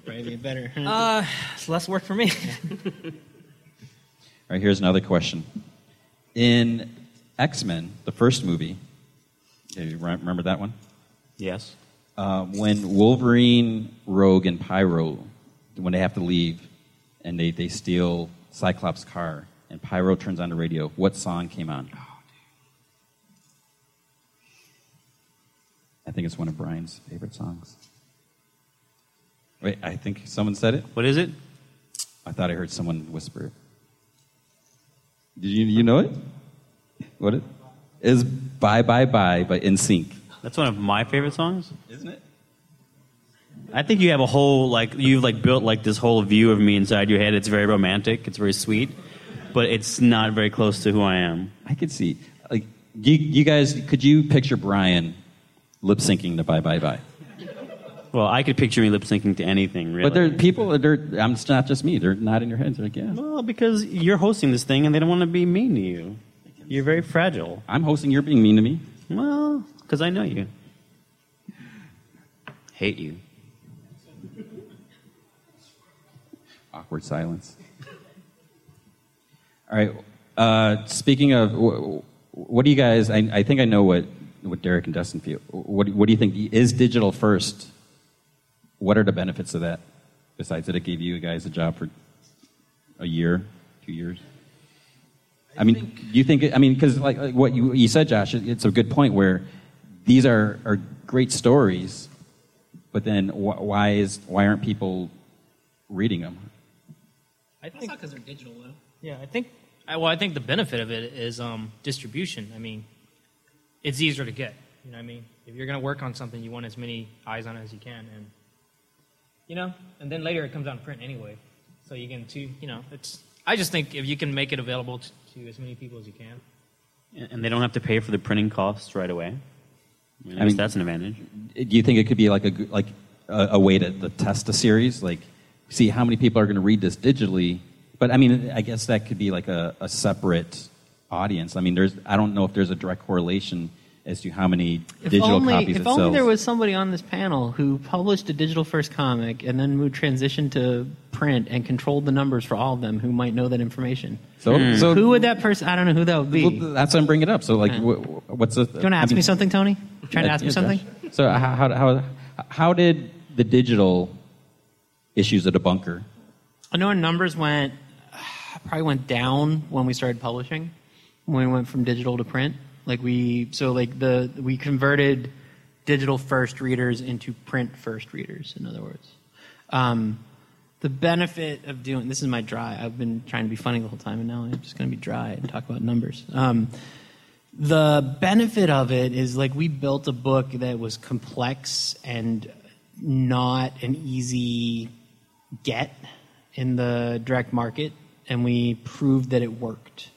[SPEAKER 5] Probably be better.
[SPEAKER 3] Uh, it's less work for me.
[SPEAKER 1] All right, here's another question. In X Men, the first movie, yeah, you re- remember that one?
[SPEAKER 2] Yes.
[SPEAKER 1] Uh, when Wolverine, Rogue, and Pyro, when they have to leave and they, they steal Cyclops' car and Pyro turns on the radio, what song came on? Oh, I think it's one of Brian's favorite songs. Wait, I think someone said it.
[SPEAKER 2] What is it?
[SPEAKER 1] I thought I heard someone whisper it. Did you, you know it? What it is? Bye Bye Bye by NSYNC.
[SPEAKER 2] That's one of my favorite songs.
[SPEAKER 1] Isn't it?
[SPEAKER 2] I think you have a whole like you've like built like this whole view of me inside your head. It's very romantic. It's very sweet, but it's not very close to who I am.
[SPEAKER 1] I could see. Like, you, you guys, could you picture Brian lip syncing to Bye Bye Bye?
[SPEAKER 2] Well, I could picture me lip syncing to anything, really.
[SPEAKER 1] But there are people, they're, I'm, it's not just me. They're nodding their heads. They're like, yeah.
[SPEAKER 2] well, because you're hosting this thing and they don't want to be mean to you. You're very fragile.
[SPEAKER 1] I'm hosting, you're being mean to me.
[SPEAKER 2] Well, because I know you. Hate you.
[SPEAKER 1] Awkward silence. All right. Uh, speaking of, wh- wh- what do you guys? I, I think I know what, what Derek and Dustin feel. What, do- what do you think is digital first? What are the benefits of that? Besides that, it gave you guys a job for a year, two years. I mean, do you think? I mean, because like, like what you, you said, Josh, it- it's a good point where these are, are great stories, but then wh- why is why aren't people reading them?
[SPEAKER 3] I
[SPEAKER 5] That's
[SPEAKER 3] think.
[SPEAKER 5] not because they're digital, though.
[SPEAKER 3] Yeah, I think. I, well, I think the benefit of it is um, distribution. I mean, it's easier to get. You know what I mean? If you're going to work on something, you want as many eyes on it as you can, and you know. And then later it comes out in print anyway, so you can too. You know, it's. I just think if you can make it available to, to as many people as you can.
[SPEAKER 2] And they don't have to pay for the printing costs right away. I mean,
[SPEAKER 1] I mean-
[SPEAKER 2] that's an advantage.
[SPEAKER 1] do you think it could be like a g- like a, a way to, to test a series like see how many people are going to read this digitally but i mean i guess that could be like a, a separate audience i mean there's i don't know if there's a direct correlation as to how many digital
[SPEAKER 5] only,
[SPEAKER 1] copies
[SPEAKER 5] If
[SPEAKER 1] it
[SPEAKER 5] only
[SPEAKER 1] sells.
[SPEAKER 5] there was somebody on this panel who published a digital first comic and then moved transition to print and controlled the numbers for all of them who might know that information.
[SPEAKER 1] so, so
[SPEAKER 5] who would that person? I don't know who that would be.
[SPEAKER 1] well, that's why i'm bringing it up so like
[SPEAKER 5] Yeah.
[SPEAKER 1] wh- wh- what's the
[SPEAKER 5] Do you want to ask me something, Tony? Trying to ask me something?
[SPEAKER 1] so how, how, how, how did the digital issues of the bunker
[SPEAKER 5] I know our numbers went probably went down when we started publishing. When we went from digital to print, like we so like the we converted digital first readers into print first readers. In other words, um, the benefit of doing this is my dry. I've been trying to be funny the whole time, and now I'm just going to be dry and talk about numbers. Um, the benefit of it is like we built a book that was complex and not an easy get in the direct market, and we proved that it worked.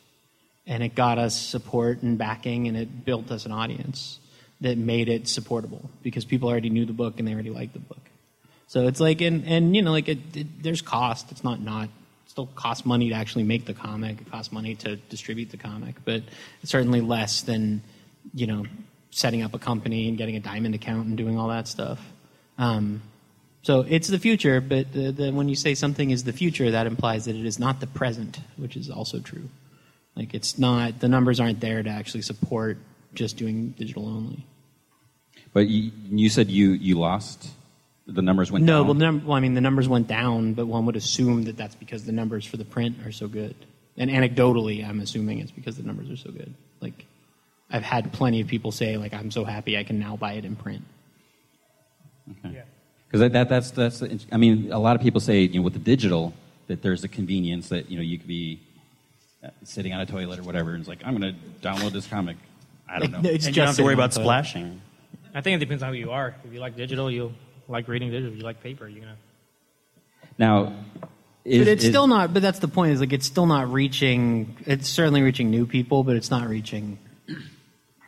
[SPEAKER 5] And it got us support and backing, and it built us an audience that made it supportable because people already knew the book and they already liked the book. So it's like, and, and you know, like it, it, there's cost. It's not not. It still costs money to actually make the comic. It costs money to distribute the comic, but it's certainly less than you know setting up a company and getting a diamond account and doing all that stuff. Um, so it's the future, but the, the, when you say something is the future, that implies that it is not the present, which is also true. Like it's not the numbers aren't there to actually support just doing digital only.
[SPEAKER 1] but you, you said you you lost the numbers went
[SPEAKER 5] No,
[SPEAKER 1] down
[SPEAKER 5] well, the num- well, I mean the numbers went down, but one would assume that that's because the numbers for the print are so good. And anecdotally, I'm assuming it's because the numbers are so good. Like I've had plenty of people say, like I'm so happy I can now buy it in print.
[SPEAKER 1] Because that, that, that's that's the, I mean, a lot of people say you know with the digital that there's a convenience that you know you could be uh, sitting on a toilet or whatever, and it's like I'm going to download this comic. I don't
[SPEAKER 5] Like,
[SPEAKER 1] know.
[SPEAKER 5] it's
[SPEAKER 2] and you don't have to worry
[SPEAKER 5] in one
[SPEAKER 2] about
[SPEAKER 5] photo.
[SPEAKER 2] splashing.
[SPEAKER 3] I think it depends on who you are. If you like digital, you'll like reading digital. If you like paper, you're gonna.
[SPEAKER 1] Now, is,
[SPEAKER 5] but it's
[SPEAKER 1] is-
[SPEAKER 5] still not. But that's the point. Is like it's still not reaching. It's certainly reaching new people, but it's not reaching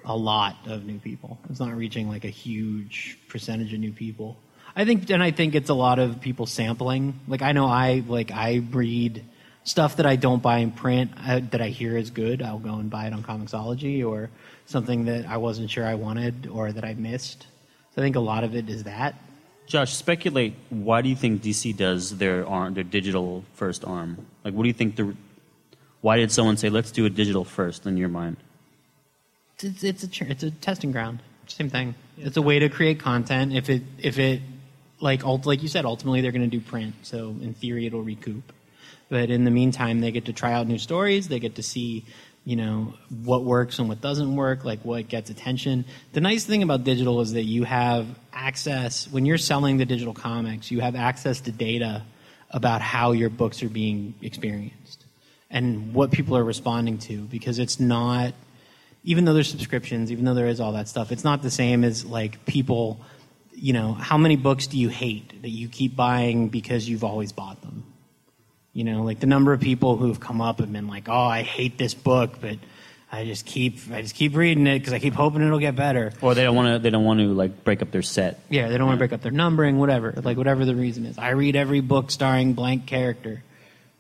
[SPEAKER 5] a lot of new people. It's not reaching like a huge percentage of new people. I think, and I think it's a lot of people sampling. Like I know I like I read stuff that I don't buy in print I, that I hear is good. I'll go and buy it on Comixology or something that I wasn't sure I wanted or that I missed. So I think a lot of it is that.
[SPEAKER 2] Josh, speculate. Why do you think DC does their arm, their digital first arm? Like, what do you think the? Why did someone say let's do a digital first in your mind?
[SPEAKER 5] it's, it's a tr- it's a testing ground. Same thing. It's a way to create content. If it if it like ult- like you said, ultimately they're going to do print. So in theory, it'll recoup. But in the meantime, they get to try out new stories. They get to see you know what works and what doesn't work. Like what gets attention. The nice thing about digital is that you have access when you're selling the digital comics. You have access to data about how your books are being experienced and what people are responding to because it's not even though there's subscriptions, even though there is all that stuff, it's not the same as like people, you know, how many books do you hate that you keep buying because you've always bought them? You know, like the number of people who have come up and been like, "Oh, I hate this book, but I just keep I just keep reading it because I keep hoping it'll get better."
[SPEAKER 2] Or they don't want to. They don't want to like break up their set.
[SPEAKER 5] Yeah, they don't want to break up their numbering, whatever. Like whatever the reason is. I read every book starring blank character.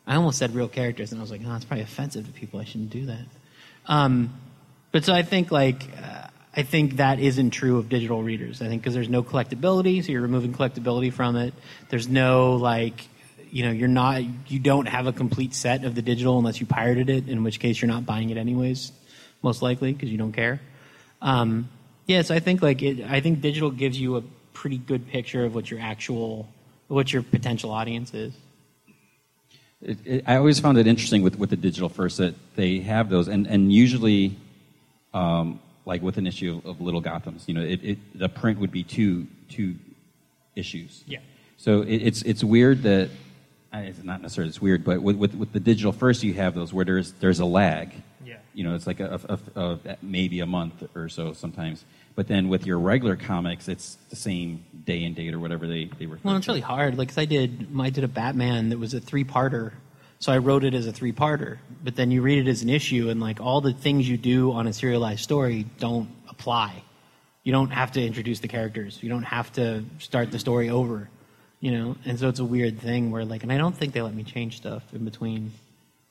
[SPEAKER 5] I almost said real characters, and I was like, oh, that's probably offensive to people. I shouldn't do that. Um, but so I think like uh, I think that isn't true of digital readers. I think because there's no collectability, so you're removing collectability from it. There's no like you know you're not you don't have a complete set of the digital unless you pirated it, in which case you're not buying it anyways, most likely because you don't care. Um, yeah, so I think like it, I think digital gives you a pretty good picture of what your actual what your potential audience is.
[SPEAKER 1] It, it, I always found it interesting with, with the digital first that they have those, and, and usually, um, like with an issue of, of Little Gotham's, you know, it, it, the print would be two two issues.
[SPEAKER 3] Yeah.
[SPEAKER 1] So it, it's it's weird that I- it's not necessarily it's weird, but with, with, with the digital first, you have those where there's there's a lag.
[SPEAKER 3] Yeah.
[SPEAKER 1] You know, it's like a, a, a, a- maybe a month or so sometimes. But then with your regular comics, it's the same day and date or whatever they they refer.
[SPEAKER 5] Well, it's
[SPEAKER 1] to.
[SPEAKER 5] really hard. Like, 'cause I did, I did a Batman that was a three-parter, so I wrote it as a three-parter. But then you read it as an issue, and like all the things you do on a serialized story don't apply. You don't have to introduce the characters. You don't have to start the story over. You know, and so it's a weird thing where like, and I don't think they let me change stuff in between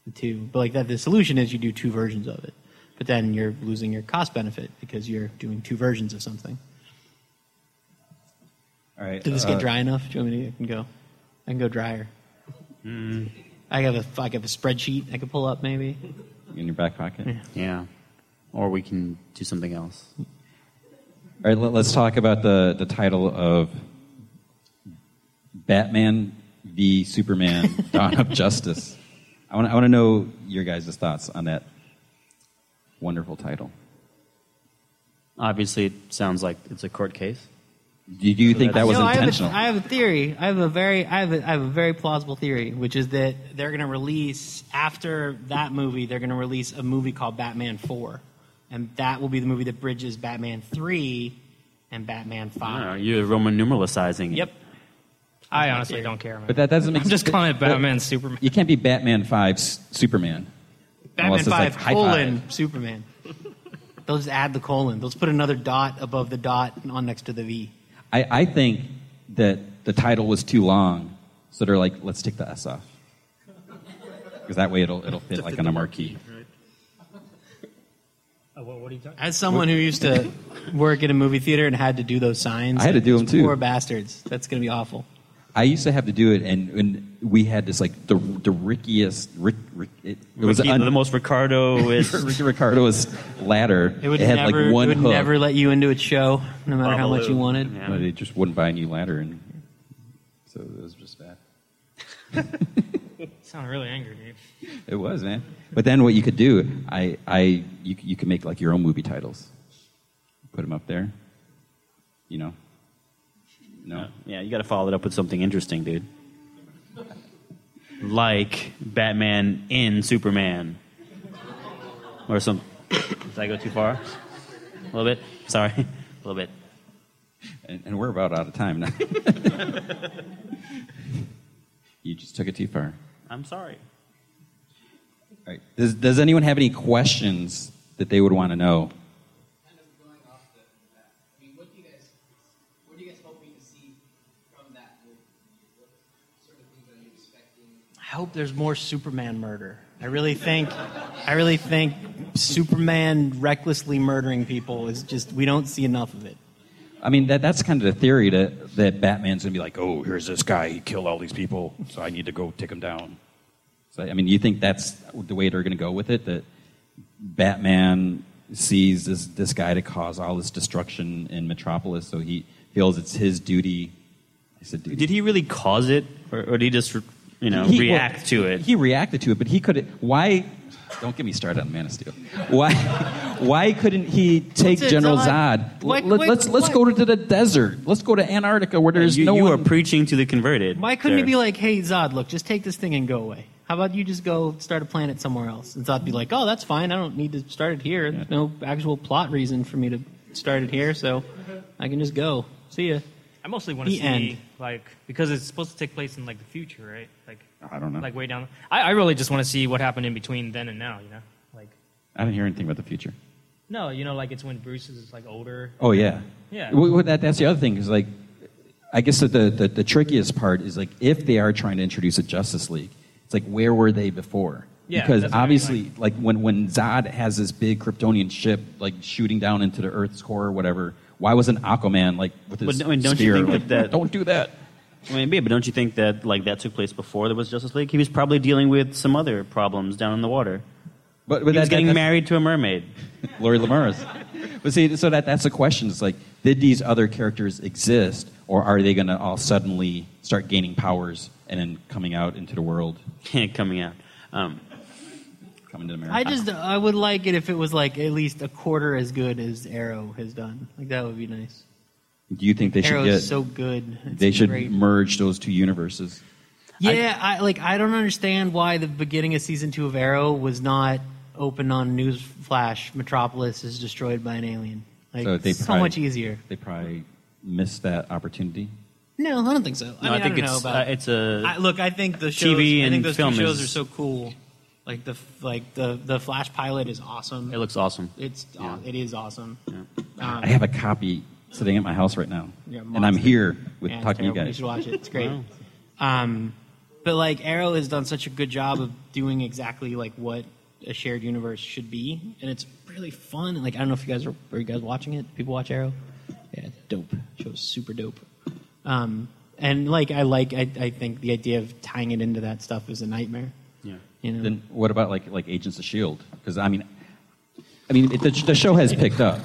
[SPEAKER 5] the two. But like that, the solution is you do two versions of it. But then you're losing your cost benefit because you're doing two versions of something.
[SPEAKER 1] All right.
[SPEAKER 5] Did this get
[SPEAKER 1] uh,
[SPEAKER 5] dry enough? Do you want me to I can go? I can go drier.
[SPEAKER 1] Hmm.
[SPEAKER 5] I have a I have a spreadsheet I could pull up maybe.
[SPEAKER 1] in your back pocket?
[SPEAKER 2] Yeah. Or we can do something else.
[SPEAKER 1] All right, let- let's talk about the, the title of Batman v Superman Dawn of Justice. I want, I want to know your guys' thoughts on that wonderful title.
[SPEAKER 2] Obviously, it sounds like it's a court case.
[SPEAKER 1] Do you think that was
[SPEAKER 5] No, I have a-
[SPEAKER 1] intentional?
[SPEAKER 5] I have, a theory. I have a very I have a, I have a very plausible theory, which is that they're going to release after that movie. They're going to release a movie called Batman Four, and that will be the movie that bridges Batman Three and Batman
[SPEAKER 2] I don't know,
[SPEAKER 5] Five.
[SPEAKER 2] you're Roman numeralizing. it.
[SPEAKER 5] Yep.
[SPEAKER 3] I honestly don't care. Man.
[SPEAKER 1] but that doesn't make
[SPEAKER 3] I'm just
[SPEAKER 1] sense.
[SPEAKER 3] calling it
[SPEAKER 1] But
[SPEAKER 3] Batman, Superman.
[SPEAKER 1] You can't be Batman 5 S- Superman.
[SPEAKER 5] Batman
[SPEAKER 1] Unless it's like
[SPEAKER 5] Five
[SPEAKER 1] high
[SPEAKER 5] colon Superman. They'll just add the colon. They'll just put another dot above the dot on next to the V.
[SPEAKER 1] I, I think that the title was too long, so they're like, let's take the S off. Because that way it'll, it'll fit like on a marquee.
[SPEAKER 3] Oh, what, what are you talking?
[SPEAKER 5] As someone who used to work in a movie theater and had to do those signs,
[SPEAKER 1] I had to do
[SPEAKER 5] those
[SPEAKER 1] them too.
[SPEAKER 5] Poor bastards. That's going to be awful.
[SPEAKER 1] I used to have to do it, and, and we had this like the the rickiest, rick, rick, it, it was
[SPEAKER 2] Ricky-
[SPEAKER 1] un-
[SPEAKER 2] the most Ricardo is.
[SPEAKER 1] Ricky Ricardo's ladder.
[SPEAKER 5] It would
[SPEAKER 1] had
[SPEAKER 5] never,
[SPEAKER 1] like one
[SPEAKER 5] it would
[SPEAKER 1] hook.
[SPEAKER 5] never let you into a show, no matter how much
[SPEAKER 4] Babalu.
[SPEAKER 5] you wanted.
[SPEAKER 2] Yeah.
[SPEAKER 1] No, they just wouldn't buy a new ladder, and so it was just bad.
[SPEAKER 3] You sound really angry, dude.
[SPEAKER 1] It was man. But then what you could do, I I you c- you could make like your own movie titles, put them up there. You know. No.
[SPEAKER 2] Yeah, you got to follow it up with something interesting, dude. Like Batman in Superman, or some. Did I go too far? A little bit. Sorry, a little bit.
[SPEAKER 1] And, and we're about out of time now. you just took it too far.
[SPEAKER 2] I'm sorry.
[SPEAKER 1] All right. Does, does anyone have any questions that they would want to know?
[SPEAKER 6] kind of going off the that. I mean, what do you guys, what are you guys hoping to see from that movie? What sort of things are you expecting?
[SPEAKER 5] I hope there's more Superman murder. I really think, I really think Superman recklessly murdering people is just we don't see enough of it.
[SPEAKER 1] I mean, that, that's kind of the theory to, that Batman's going to be like, oh, here's this guy. He killed all these people, so I need to go take him down. So, I mean, you think that's the way they're going to go with it? That Batman sees this, this guy to cause all this destruction in Metropolis, so he feels it's his duty. I said, duty.
[SPEAKER 2] Did he really cause it, or, or did he just, you know,
[SPEAKER 1] He-
[SPEAKER 2] react
[SPEAKER 1] well,
[SPEAKER 2] to it?
[SPEAKER 1] He reacted to it, but he could. not Why? Don't get me started on Man of Steel. Why? Why couldn't he take
[SPEAKER 5] What's it,
[SPEAKER 1] General
[SPEAKER 5] Zod?
[SPEAKER 1] Zod?
[SPEAKER 5] Why-
[SPEAKER 1] Let,
[SPEAKER 5] why-
[SPEAKER 1] us let's
[SPEAKER 5] why-
[SPEAKER 1] go to the desert. Let's go to Antarctica where there's
[SPEAKER 2] you,
[SPEAKER 1] no
[SPEAKER 2] you
[SPEAKER 1] one.
[SPEAKER 2] are preaching to the converted.
[SPEAKER 5] Why couldn't
[SPEAKER 2] there.
[SPEAKER 5] he be like, "Hey Zod, look, just take this thing and go away"? How about you just go start a planet somewhere else? And Zod'd be like, "Oh, that's fine. I don't need to start it here. There's no actual plot reason for me to start it here, so I can just go. See ya."
[SPEAKER 3] I mostly want to
[SPEAKER 5] The
[SPEAKER 3] see
[SPEAKER 5] end.
[SPEAKER 3] like because it's supposed to take place in like the future, right? Like
[SPEAKER 1] I don't know.
[SPEAKER 3] like way down. I, I really just want to see what happened in between then and now. You know, like
[SPEAKER 1] I didn't hear anything about the future.
[SPEAKER 3] no, you know, like it's when Bruce is like older.
[SPEAKER 1] Oh yeah.
[SPEAKER 3] Yeah.
[SPEAKER 1] Well, well, that, that's the other thing is like, I guess that the, the the trickiest part is like if they are trying to introduce a Justice League, it's like where were they before?
[SPEAKER 3] Yeah,
[SPEAKER 1] because
[SPEAKER 3] that's what I mean,
[SPEAKER 1] obviously, like when when Zod has this big Kryptonian ship like shooting down into the Earth's core or whatever, why wasn't Aquaman like with his
[SPEAKER 2] But no- and don't you
[SPEAKER 1] spear,
[SPEAKER 2] think that
[SPEAKER 1] like,
[SPEAKER 2] that-
[SPEAKER 1] don't do that?
[SPEAKER 2] I mean, yeah, but don't you think that like that took place before there was Justice League? He was probably dealing with some other problems down in the water.
[SPEAKER 1] But,
[SPEAKER 2] he was
[SPEAKER 1] that-
[SPEAKER 2] getting
[SPEAKER 1] that-
[SPEAKER 2] married to a mermaid.
[SPEAKER 1] Lori Lamura's. But see, so that, that's the question. It's like, did these other characters exist, or are they going to all suddenly start gaining powers and then coming out into the world,
[SPEAKER 2] coming out. Um,
[SPEAKER 1] coming to America?
[SPEAKER 5] I just I would like it if it was like at least a quarter as good as Arrow has done. Like that would be nice.
[SPEAKER 1] Do you think they should
[SPEAKER 5] Arrow
[SPEAKER 1] get?
[SPEAKER 5] is so good. It's
[SPEAKER 1] they should
[SPEAKER 5] great.
[SPEAKER 1] merge those two universes.
[SPEAKER 5] Yeah, I, like I don't understand why the beginning of season two of Arrow was not open on newsflash. Metropolis is destroyed by an alien. Like
[SPEAKER 1] So they
[SPEAKER 5] it's so
[SPEAKER 1] probably-
[SPEAKER 5] much easier.
[SPEAKER 1] They probably missed that opportunity.
[SPEAKER 5] No, I don't think so. I,
[SPEAKER 2] no,
[SPEAKER 5] mean,
[SPEAKER 2] think
[SPEAKER 5] I don't
[SPEAKER 2] it's
[SPEAKER 5] know about.
[SPEAKER 2] uh, it's a
[SPEAKER 5] I, look, I think the shows,
[SPEAKER 2] TV
[SPEAKER 5] I
[SPEAKER 2] and
[SPEAKER 5] think those
[SPEAKER 2] film
[SPEAKER 5] two shows
[SPEAKER 2] is-
[SPEAKER 5] are so cool. Like the like the the Flash pilot is awesome.
[SPEAKER 2] it looks awesome.
[SPEAKER 5] it's
[SPEAKER 2] Yeah.
[SPEAKER 5] it is awesome. Um,
[SPEAKER 1] I have a copy sitting at my house right now,
[SPEAKER 5] Yeah,
[SPEAKER 1] and I'm
[SPEAKER 5] monster.
[SPEAKER 1] here with
[SPEAKER 5] Yeah, it's
[SPEAKER 1] talking to you
[SPEAKER 5] terrible. You
[SPEAKER 1] guys.
[SPEAKER 5] uh, should watch it. It's great. um, but like Arrow has done such a good job of doing exactly like what a shared universe should be, and it's really fun. And, Like I don't know if you guys are, are you guys watching it? People watch Arrow? Yeah, it's dope. Show's super dope. Um, and like I like I, I think the idea of tying it into that stuff is a nightmare.
[SPEAKER 2] Yeah.
[SPEAKER 5] You know?
[SPEAKER 1] Then what about like like Agents of Shield? Because I E mean, I mean it, the, the show has picked up.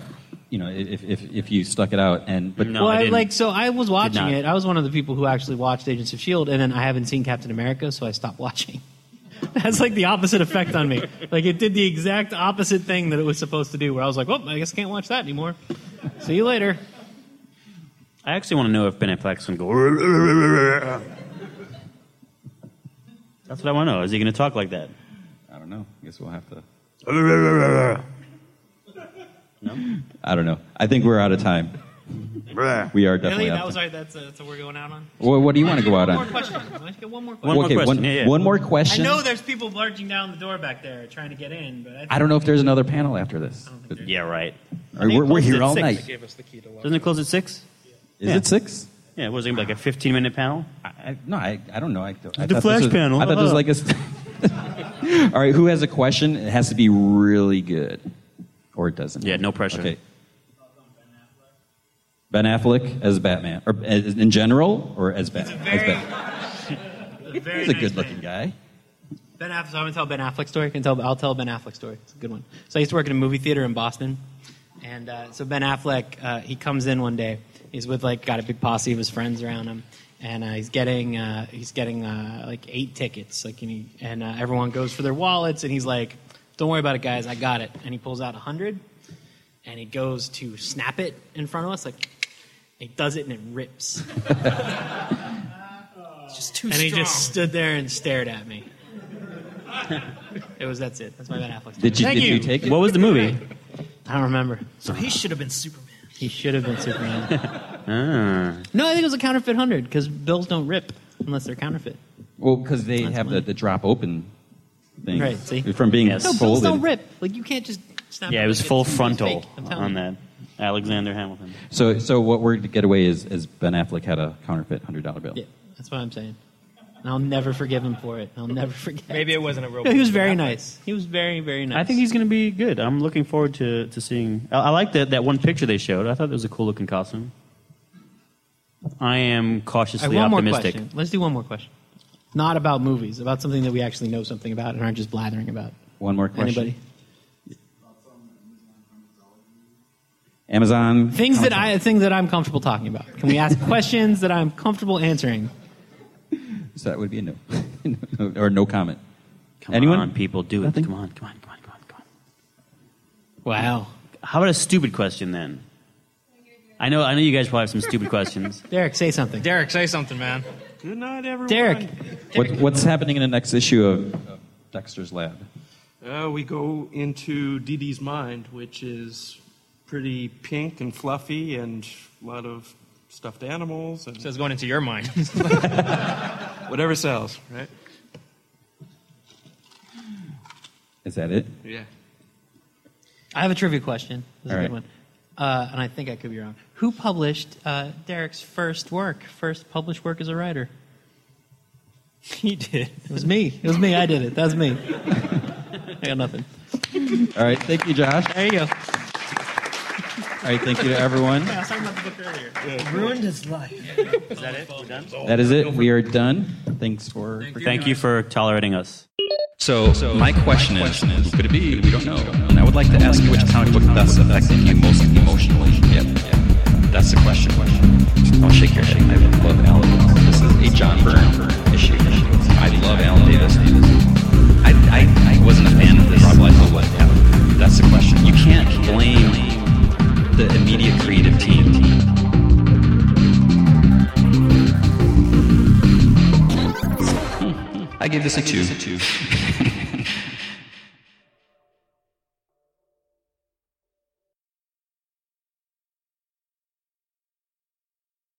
[SPEAKER 1] You know, if if if you stuck it out and but
[SPEAKER 2] No,
[SPEAKER 5] well,
[SPEAKER 2] I
[SPEAKER 5] I
[SPEAKER 2] didn't.
[SPEAKER 5] like so I was watching
[SPEAKER 2] not.
[SPEAKER 5] it. I was one of the people who actually watched Agents of Shield, and then I haven't seen Captain America, so I stopped watching. That's like the opposite effect on me. Like it did the exact opposite thing that it was supposed to do. Where I was like, "Well, I guess I can't watch that anymore." See you later.
[SPEAKER 2] I actually want to know if Ben Affleck's going to go. That's what I want to know. Is he going to talk like that?
[SPEAKER 1] I don't know. I guess we'll have to.
[SPEAKER 7] Brr.
[SPEAKER 1] I don't know. I think we're out of time. We are definitely out. Of time.
[SPEAKER 5] our, that's, uh, that's what we're going out on.
[SPEAKER 1] Well, what do you want to go out
[SPEAKER 5] One more
[SPEAKER 1] on?
[SPEAKER 5] question. Let's get one more question.
[SPEAKER 2] One more
[SPEAKER 1] okay,
[SPEAKER 2] question.
[SPEAKER 1] One,
[SPEAKER 2] Yeah, yeah.
[SPEAKER 1] one more
[SPEAKER 5] I
[SPEAKER 1] question.
[SPEAKER 3] Oh,
[SPEAKER 5] know there's people barging down the door back there trying to get in, but I,
[SPEAKER 1] I don't know if there's another panel after this.
[SPEAKER 2] Yeah, right.
[SPEAKER 1] All right, we're, we're
[SPEAKER 2] It's
[SPEAKER 1] here
[SPEAKER 2] at
[SPEAKER 1] all
[SPEAKER 2] six.
[SPEAKER 1] night.
[SPEAKER 4] Gave us the key to life.
[SPEAKER 2] Doesn't it close at six?
[SPEAKER 1] Is
[SPEAKER 2] Yeah.
[SPEAKER 1] it six?
[SPEAKER 2] Yeah, what is it gonna be like a fifteen-minute panel?
[SPEAKER 1] I, I, no, I, I don't know. I, I
[SPEAKER 2] The
[SPEAKER 1] thought this
[SPEAKER 2] flash
[SPEAKER 1] was-
[SPEAKER 2] panel. Uh-huh.
[SPEAKER 1] I thought this was like a. all right, who has a question? It has to be really good, or it doesn't.
[SPEAKER 2] Yeah, no pressure.
[SPEAKER 1] Okay. Ben Affleck as Batman, or as, in general, or as, Bat- as
[SPEAKER 5] very-
[SPEAKER 1] Batman.
[SPEAKER 5] a very
[SPEAKER 1] He's a
[SPEAKER 5] nice
[SPEAKER 1] good-looking
[SPEAKER 5] man.
[SPEAKER 1] guy.
[SPEAKER 5] Ben Affleck. So I'm gonna tell a Ben Affleck story. Can tell. I'll tell a Ben Affleck story. It's a good one. So I used to work in a movie theater in Boston, and uh, so Ben Affleck uh, he comes in one day. He's with like got a big posse of his friends around him, and uh, he's getting uh, he's getting uh, like eight tickets. Like and, he, and uh, everyone goes for their wallets, and he's like, "Don't worry about it, guys. I got it." And he pulls out a hundred, and he goes to snap it in front of us, like. He does it and it rips.
[SPEAKER 3] Just too
[SPEAKER 5] and he just stood there and stared at me. it was that's it. That's my Ben Affleck.
[SPEAKER 1] Did you,
[SPEAKER 5] Thank
[SPEAKER 1] did
[SPEAKER 5] you.
[SPEAKER 1] you take it?
[SPEAKER 2] What was the movie?
[SPEAKER 5] I don't remember.
[SPEAKER 3] so he should have been Superman.
[SPEAKER 5] He should have been Superman.
[SPEAKER 2] Ah.
[SPEAKER 5] no, I think it was a counterfeit hundred because bills don't rip unless they're counterfeit.
[SPEAKER 1] Well, because they have the, the drop open thing.
[SPEAKER 5] Right, see?
[SPEAKER 1] From being
[SPEAKER 2] Yes.
[SPEAKER 5] No, bills
[SPEAKER 1] folded.
[SPEAKER 5] don't rip. Like you can't just snap.
[SPEAKER 2] Yeah, it was
[SPEAKER 5] It's-
[SPEAKER 2] full
[SPEAKER 5] it's
[SPEAKER 2] frontal
[SPEAKER 5] fake, I'm telling
[SPEAKER 2] on
[SPEAKER 5] you.
[SPEAKER 2] that. Alexander Hamilton.
[SPEAKER 1] So, so what we're to get away is, is Ben Affleck had a counterfeit hundred dollar bill.
[SPEAKER 5] Yeah, that's what I'm saying. And I'll never forgive him for it. I'll never forget.
[SPEAKER 3] Maybe it wasn't a real.
[SPEAKER 5] No, he was very
[SPEAKER 3] Yeah.
[SPEAKER 5] nice. He was very very nice.
[SPEAKER 2] I think he's going to be good. I'm looking forward to, to seeing. I, I like that that one picture they showed. I thought it was a cool looking costume. I am
[SPEAKER 5] All
[SPEAKER 2] cautiously
[SPEAKER 5] right, one
[SPEAKER 2] optimistic.
[SPEAKER 5] more question. Let's do one more question. Not about movies. About something that we actually know something about and aren't just blathering about.
[SPEAKER 1] One more question.
[SPEAKER 5] Anybody?
[SPEAKER 1] Amazon.
[SPEAKER 5] Things that I things that I'm comfortable talking about. Can we ask questions that I'm comfortable answering?
[SPEAKER 1] So that would be a no, No- or no comment.
[SPEAKER 2] Come
[SPEAKER 1] Anyone?
[SPEAKER 2] on, people, do it.
[SPEAKER 1] Nothing?
[SPEAKER 2] Come on, come on, come on, come on, come on.
[SPEAKER 5] Wow,
[SPEAKER 2] How about a stupid question then? I know, I know you guys probably have some stupid questions.
[SPEAKER 5] Derek, say something.
[SPEAKER 3] Derek, say something, man.
[SPEAKER 4] Good night, everyone.
[SPEAKER 5] Derek,
[SPEAKER 1] What, what's happening in the next issue of, of Dexter's Lab?
[SPEAKER 4] Uh, we go into Dee Dee's mind, which is pretty pink and fluffy and a lot of stuffed animals and
[SPEAKER 3] So it's going into your mind.
[SPEAKER 4] whatever sells, right?
[SPEAKER 1] Is that it?
[SPEAKER 4] Yeah.
[SPEAKER 5] I have a trivia question. This is
[SPEAKER 1] All
[SPEAKER 5] a
[SPEAKER 1] right.
[SPEAKER 5] good one. Uh, and I think I could be wrong. Who published uh, Derek's first work, first published work as a writer?
[SPEAKER 4] He did.
[SPEAKER 5] It was me. It was me. I did it. That was me. I got nothing.
[SPEAKER 1] All right. Thank you, Josh. All
[SPEAKER 5] There you go.
[SPEAKER 1] right. Thank you to everyone.
[SPEAKER 5] I was talking about the book earlier.
[SPEAKER 4] Ruined his life.
[SPEAKER 1] That is it. We are done. Thanks for.
[SPEAKER 2] Thank you for tolerating us.
[SPEAKER 1] So, my question is, who could it be? We don't know. And I would like to ask you which comic book that's affecting you most emotionally. Yep. That's the question. I'll shake your hand. I love Alan Davis. This is a John Byrne issue. I love Alan Davis. I, I, I wasn't a fan of this. Rob Liefeld was. Yeah. That's the question. You can't blame the immediate creative team. Hmm. I give this a two.